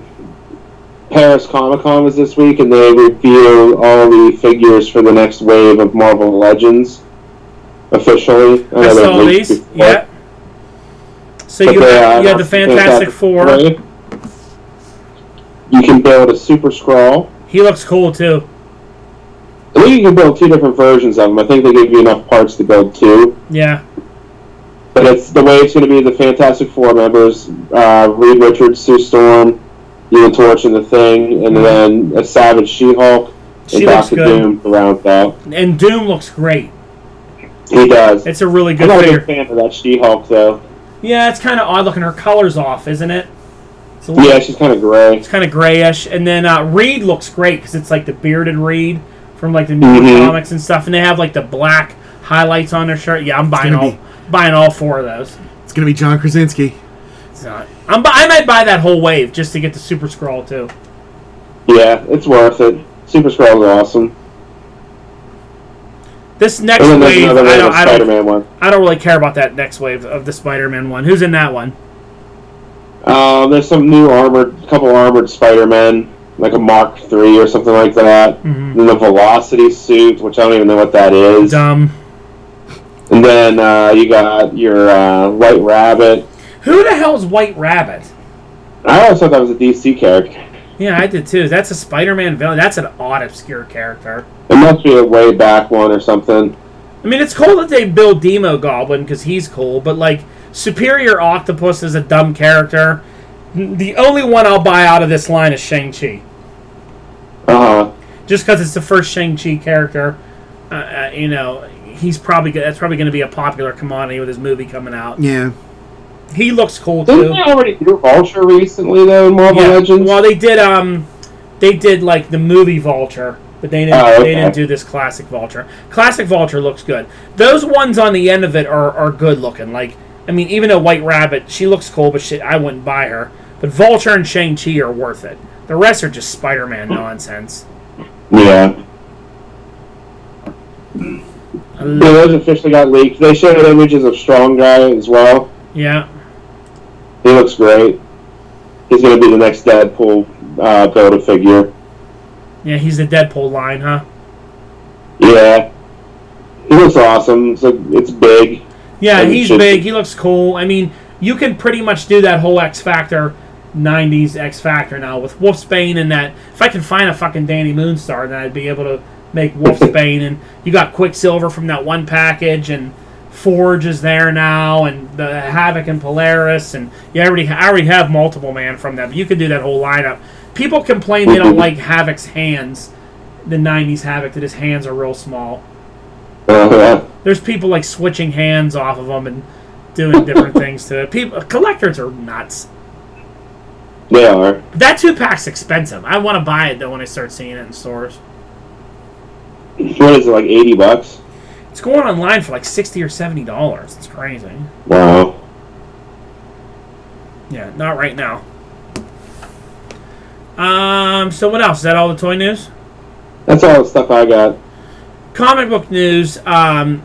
Speaker 2: Paris Comic Con was this week, and they revealed all the figures for the next wave of Marvel Legends officially.
Speaker 1: I
Speaker 2: know they
Speaker 1: saw
Speaker 2: leaked
Speaker 1: these.
Speaker 2: before.
Speaker 1: Yeah. So
Speaker 2: But
Speaker 1: you
Speaker 2: they,
Speaker 1: had,
Speaker 2: uh,
Speaker 1: you had the Fantastic Four.
Speaker 2: Three. You can build a Super Scroll.
Speaker 1: He looks cool too.
Speaker 2: I think you can build two different versions of them. I think they give you enough parts to build two.
Speaker 1: Yeah.
Speaker 2: But it's the way it's going to be. The Fantastic Four members: uh, Reed Richards, Sue Storm, Human Torch, and the Thing, and then a Savage She-Hulk and
Speaker 1: Mm-hmm. She looks
Speaker 2: Doctor
Speaker 1: good.
Speaker 2: Doom to round it out.
Speaker 1: And Doom looks great.
Speaker 2: He does.
Speaker 1: It's a really
Speaker 2: I'm
Speaker 1: good
Speaker 2: not a big
Speaker 1: figure.
Speaker 2: fan of that She-Hulk though.
Speaker 1: Yeah, it's kind of odd looking. Her color's off, isn't it? It's a little,
Speaker 2: Yeah, she's kind of gray.
Speaker 1: It's kind of grayish. And then uh, Reed looks great because it's like the bearded Reed from like the new
Speaker 2: Mhm.
Speaker 1: comics and stuff. And they have like the black highlights on their shirt. Yeah, I'm buying
Speaker 3: gonna
Speaker 1: all
Speaker 3: be-
Speaker 1: buying all four of those.
Speaker 3: It's gonna be John Krasinski.
Speaker 1: It's not. I'm bu- I might buy that whole wave just to get the Super Scroll too.
Speaker 2: Yeah, it's worth it. Super Scroll is awesome.
Speaker 1: This next
Speaker 2: And then there's
Speaker 1: wave, I
Speaker 2: another wave
Speaker 1: don't,
Speaker 2: of
Speaker 1: I don't
Speaker 2: Spider-Man one.
Speaker 1: I don't really care about that next wave of the Spider-Man one. Who's in that one?
Speaker 2: Uh, there's some new armored, couple armored Spider-Men, like a Mark Three or something like that.
Speaker 1: Mhm.
Speaker 2: Then the Velocity suit, which I don't even know what that is.
Speaker 1: Dumb.
Speaker 2: And then uh, you got your uh, White Rabbit.
Speaker 1: Who the hell's White Rabbit?
Speaker 2: I always thought that was a DC character.
Speaker 1: Yeah, I did too. That's a Spider-Man villain. That's an odd, obscure character.
Speaker 2: It must be a way back one or something.
Speaker 1: I mean, it's cool that they build Demo Goblin because he's cool, but like Superior Octopus is a dumb character. N- The only one I'll buy out of this line is Shang Chi,
Speaker 2: Uh huh.
Speaker 1: just because it's the first Shang Chi character. Uh, uh, you know, he's probably go- that's probably going to be a popular commodity with his movie coming out.
Speaker 3: Yeah.
Speaker 1: He looks cool too.
Speaker 2: Didn't they already do Vulture recently though in Marvel
Speaker 1: Yeah.
Speaker 2: Legends?
Speaker 1: Well, they did. Um, they did like the movie Vulture, but they didn't.
Speaker 2: Oh, okay.
Speaker 1: They didn't do this classic Vulture. Classic Vulture looks good. Those ones on the end of it are, are good looking. Like, I mean, even a White Rabbit, she looks cool, but shit, I wouldn't buy her. But Vulture and Shang Chi are worth it. The rest are just Spider-Man nonsense.
Speaker 2: Yeah.
Speaker 1: I
Speaker 2: Yeah,
Speaker 1: lo-
Speaker 2: those officially got leaked. They showed images of Strong Guy as well.
Speaker 1: Yeah,
Speaker 2: He looks great. He's going to be the next Deadpool uh, build a figure.
Speaker 1: yeah, he's the Deadpool line, huh?
Speaker 2: Yeah. He looks awesome. It's, like, it's big.
Speaker 1: Yeah,
Speaker 2: And
Speaker 1: he's
Speaker 2: just-
Speaker 1: big. He looks cool. I mean, you can pretty much do that whole X Factor, '90s X Factor now with Wolfsbane and that. If I can find a fucking Danny Moonstar, then I'd be able to make Wolfsbane. And you got Quicksilver from that one package, and Forge is there now, and the Havoc and Polaris, and you already I already have multiple man from that. But you can do that whole lineup. People complain they don't like Havoc's hands, the '90s Havoc, that his hands are real small
Speaker 2: Uh,
Speaker 1: there's people like switching hands off of them and doing different things to it. people. Collectors are nuts.
Speaker 2: they are.
Speaker 1: That two pack's expensive. I want to buy it though when I start seeing it in stores.
Speaker 2: What is it, like 80 bucks?
Speaker 1: It's going online for like sixty or seventy dollars. It's crazy.
Speaker 2: Wow.
Speaker 1: Yeah, not right now. Um. So what else? Is that all the toy news?
Speaker 2: That's all the stuff I got.
Speaker 1: Comic book news. Um.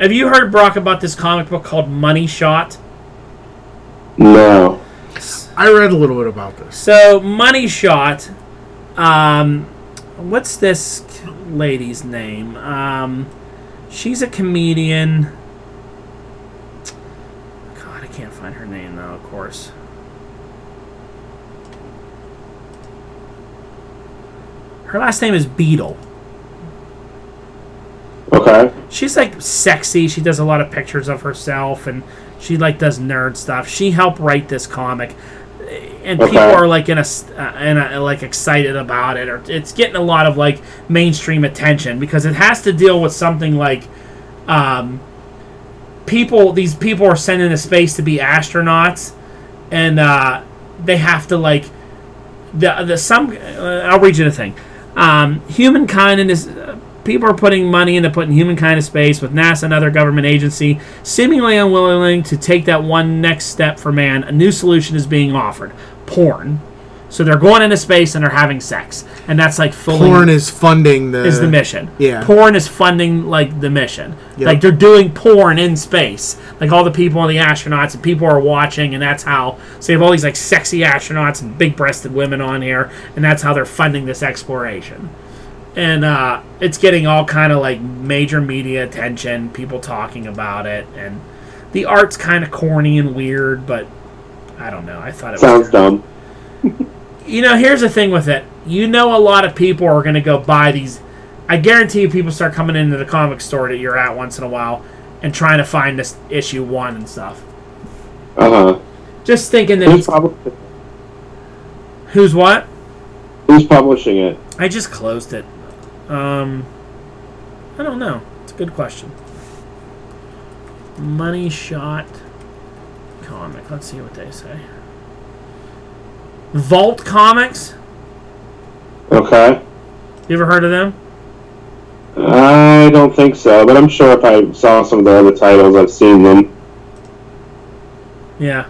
Speaker 1: Have you heard Brock about this comic book called Money Shot?
Speaker 2: No.
Speaker 3: I read a little bit about this.
Speaker 1: So money shot. Um, what's this c- lady's name? Um, she's a comedian. God, I can't find her name though. Of course. Her last name is Beetle.
Speaker 2: Okay.
Speaker 1: She's like sexy. She does a lot of pictures of herself, and she like does nerd stuff. She helped write this comic, and
Speaker 2: Okay.
Speaker 1: people are like in a s- uh, in a, like excited about it, or it's getting a lot of like mainstream attention because it has to deal with something like um, people. These people are sent into space to be astronauts, and uh, they have to like the the some. Uh, I'll read you the thing. Um, humankind in this. Uh, people are putting money into putting humankind in space with NASA and other government agency seemingly unwilling to take that one next step for man. A new solution is being offered: porn. So they're going into space and they're having sex, and that's like fully
Speaker 3: Porn is funding the
Speaker 1: is the mission.
Speaker 3: yeah.
Speaker 1: Porn is funding like the mission.
Speaker 3: Yep.
Speaker 1: Like they're doing porn in space. Like all the people and the astronauts and people are watching and that's how so you have all these like sexy astronauts and big breasted women on here and that's how they're funding this exploration. And uh, it's getting all kind of like major media attention, people talking about it and the art's kind of corny and weird, but I don't know. I thought it was
Speaker 2: Sounds dumb.
Speaker 1: you know, here's the thing with it. You know, a lot of people are going to go buy these. I guarantee you, people start coming into the comic store that you're at once in a while and trying to find this issue one and stuff.
Speaker 2: Uh huh.
Speaker 1: Just thinking that
Speaker 2: Who's,
Speaker 1: it's,
Speaker 2: pub-
Speaker 1: who's what?
Speaker 2: who's publishing it?
Speaker 1: I just closed it. Um, I don't know. It's a good question. Money shot comic. Let's see what they say. Vault Comics.
Speaker 2: Okay.
Speaker 1: You ever heard of them?
Speaker 2: I don't think so, but I'm sure if I saw some of the other titles, I've seen them.
Speaker 1: Yeah.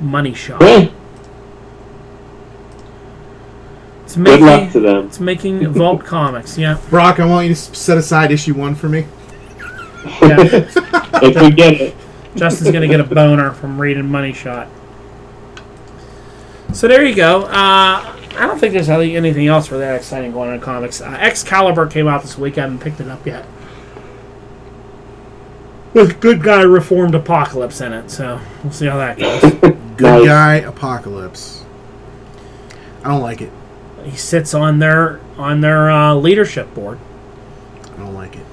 Speaker 1: Money shot.
Speaker 2: Eh,
Speaker 1: It's
Speaker 2: good
Speaker 1: making
Speaker 2: luck to them.
Speaker 1: it's making Vault Comics. Yeah,
Speaker 3: Brock, I want you to s- set aside issue one for me.
Speaker 1: yeah.
Speaker 2: If we get it,
Speaker 1: Justin's gonna get a boner from reading Money Shot. So there you go. Uh, I don't think there's any- anything else really that exciting going on in comics. Uh, Excalibur came out this week. I haven't picked it up yet. This good guy reformed apocalypse in it, so we'll see how that goes.
Speaker 3: Good
Speaker 2: Nice.
Speaker 3: guy, apocalypse. I don't like it.
Speaker 1: he sits on their on their uh, leadership board.
Speaker 3: I don't like it.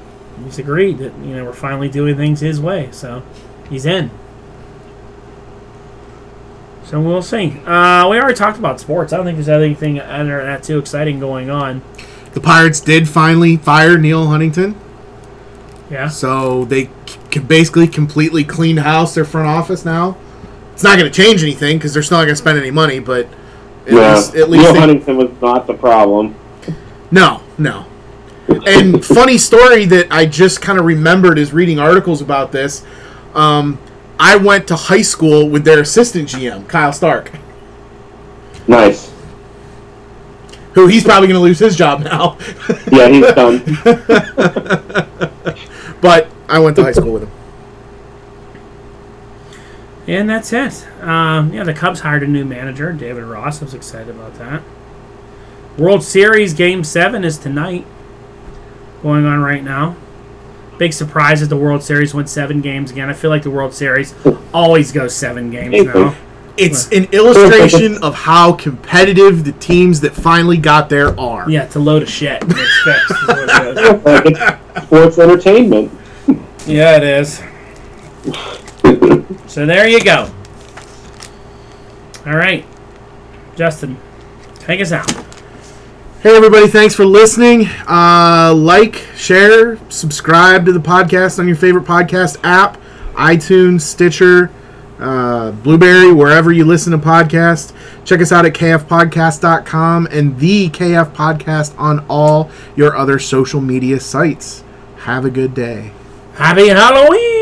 Speaker 1: He's agreed that you know we're finally doing things his way, so he's in. So we'll see. Uh, we already talked about sports. I don't think there's anything other than that too exciting going on.
Speaker 3: The Pirates did finally fire Neil Huntington,
Speaker 1: Yeah,
Speaker 3: so they c- can basically completely cleaned house their front office now. It's not going to change anything because they're still not going to spend any money, but at
Speaker 2: yeah.
Speaker 3: least, at
Speaker 2: Neil
Speaker 3: least they,
Speaker 2: Huntington was not the problem.
Speaker 3: no, no. And funny story that I just kind of remembered is reading articles about this. Um, I went to high school with their assistant GM, Kyle Stark.
Speaker 2: Nice.
Speaker 3: Who he's probably going to lose his job now.
Speaker 2: Yeah, he's done.
Speaker 3: but I went to high school with him.
Speaker 1: And that's it. Um, yeah, the Cubs hired a new manager, David Ross. I was excited about that. World Series Game 7 is tonight, going on right now. Big surprise that the World Series went seven games again. I feel like the World Series always goes seven games now.
Speaker 3: It's an illustration of how competitive the teams that finally got there are.
Speaker 1: Yeah, it's a load of shit. It's fixed, is what it is.
Speaker 2: Like it's sports entertainment.
Speaker 1: Yeah, it is. so there you go. All right, Justin, take us out.
Speaker 3: Hey, everybody, thanks for listening. Uh, like, share, subscribe to the podcast on your favorite podcast app iTunes, Stitcher, uh, Blueberry, wherever you listen to podcasts. Check us out at kfpodcast.com and the KF Podcast on all your other social media sites. Have a good day.
Speaker 1: Happy Halloween!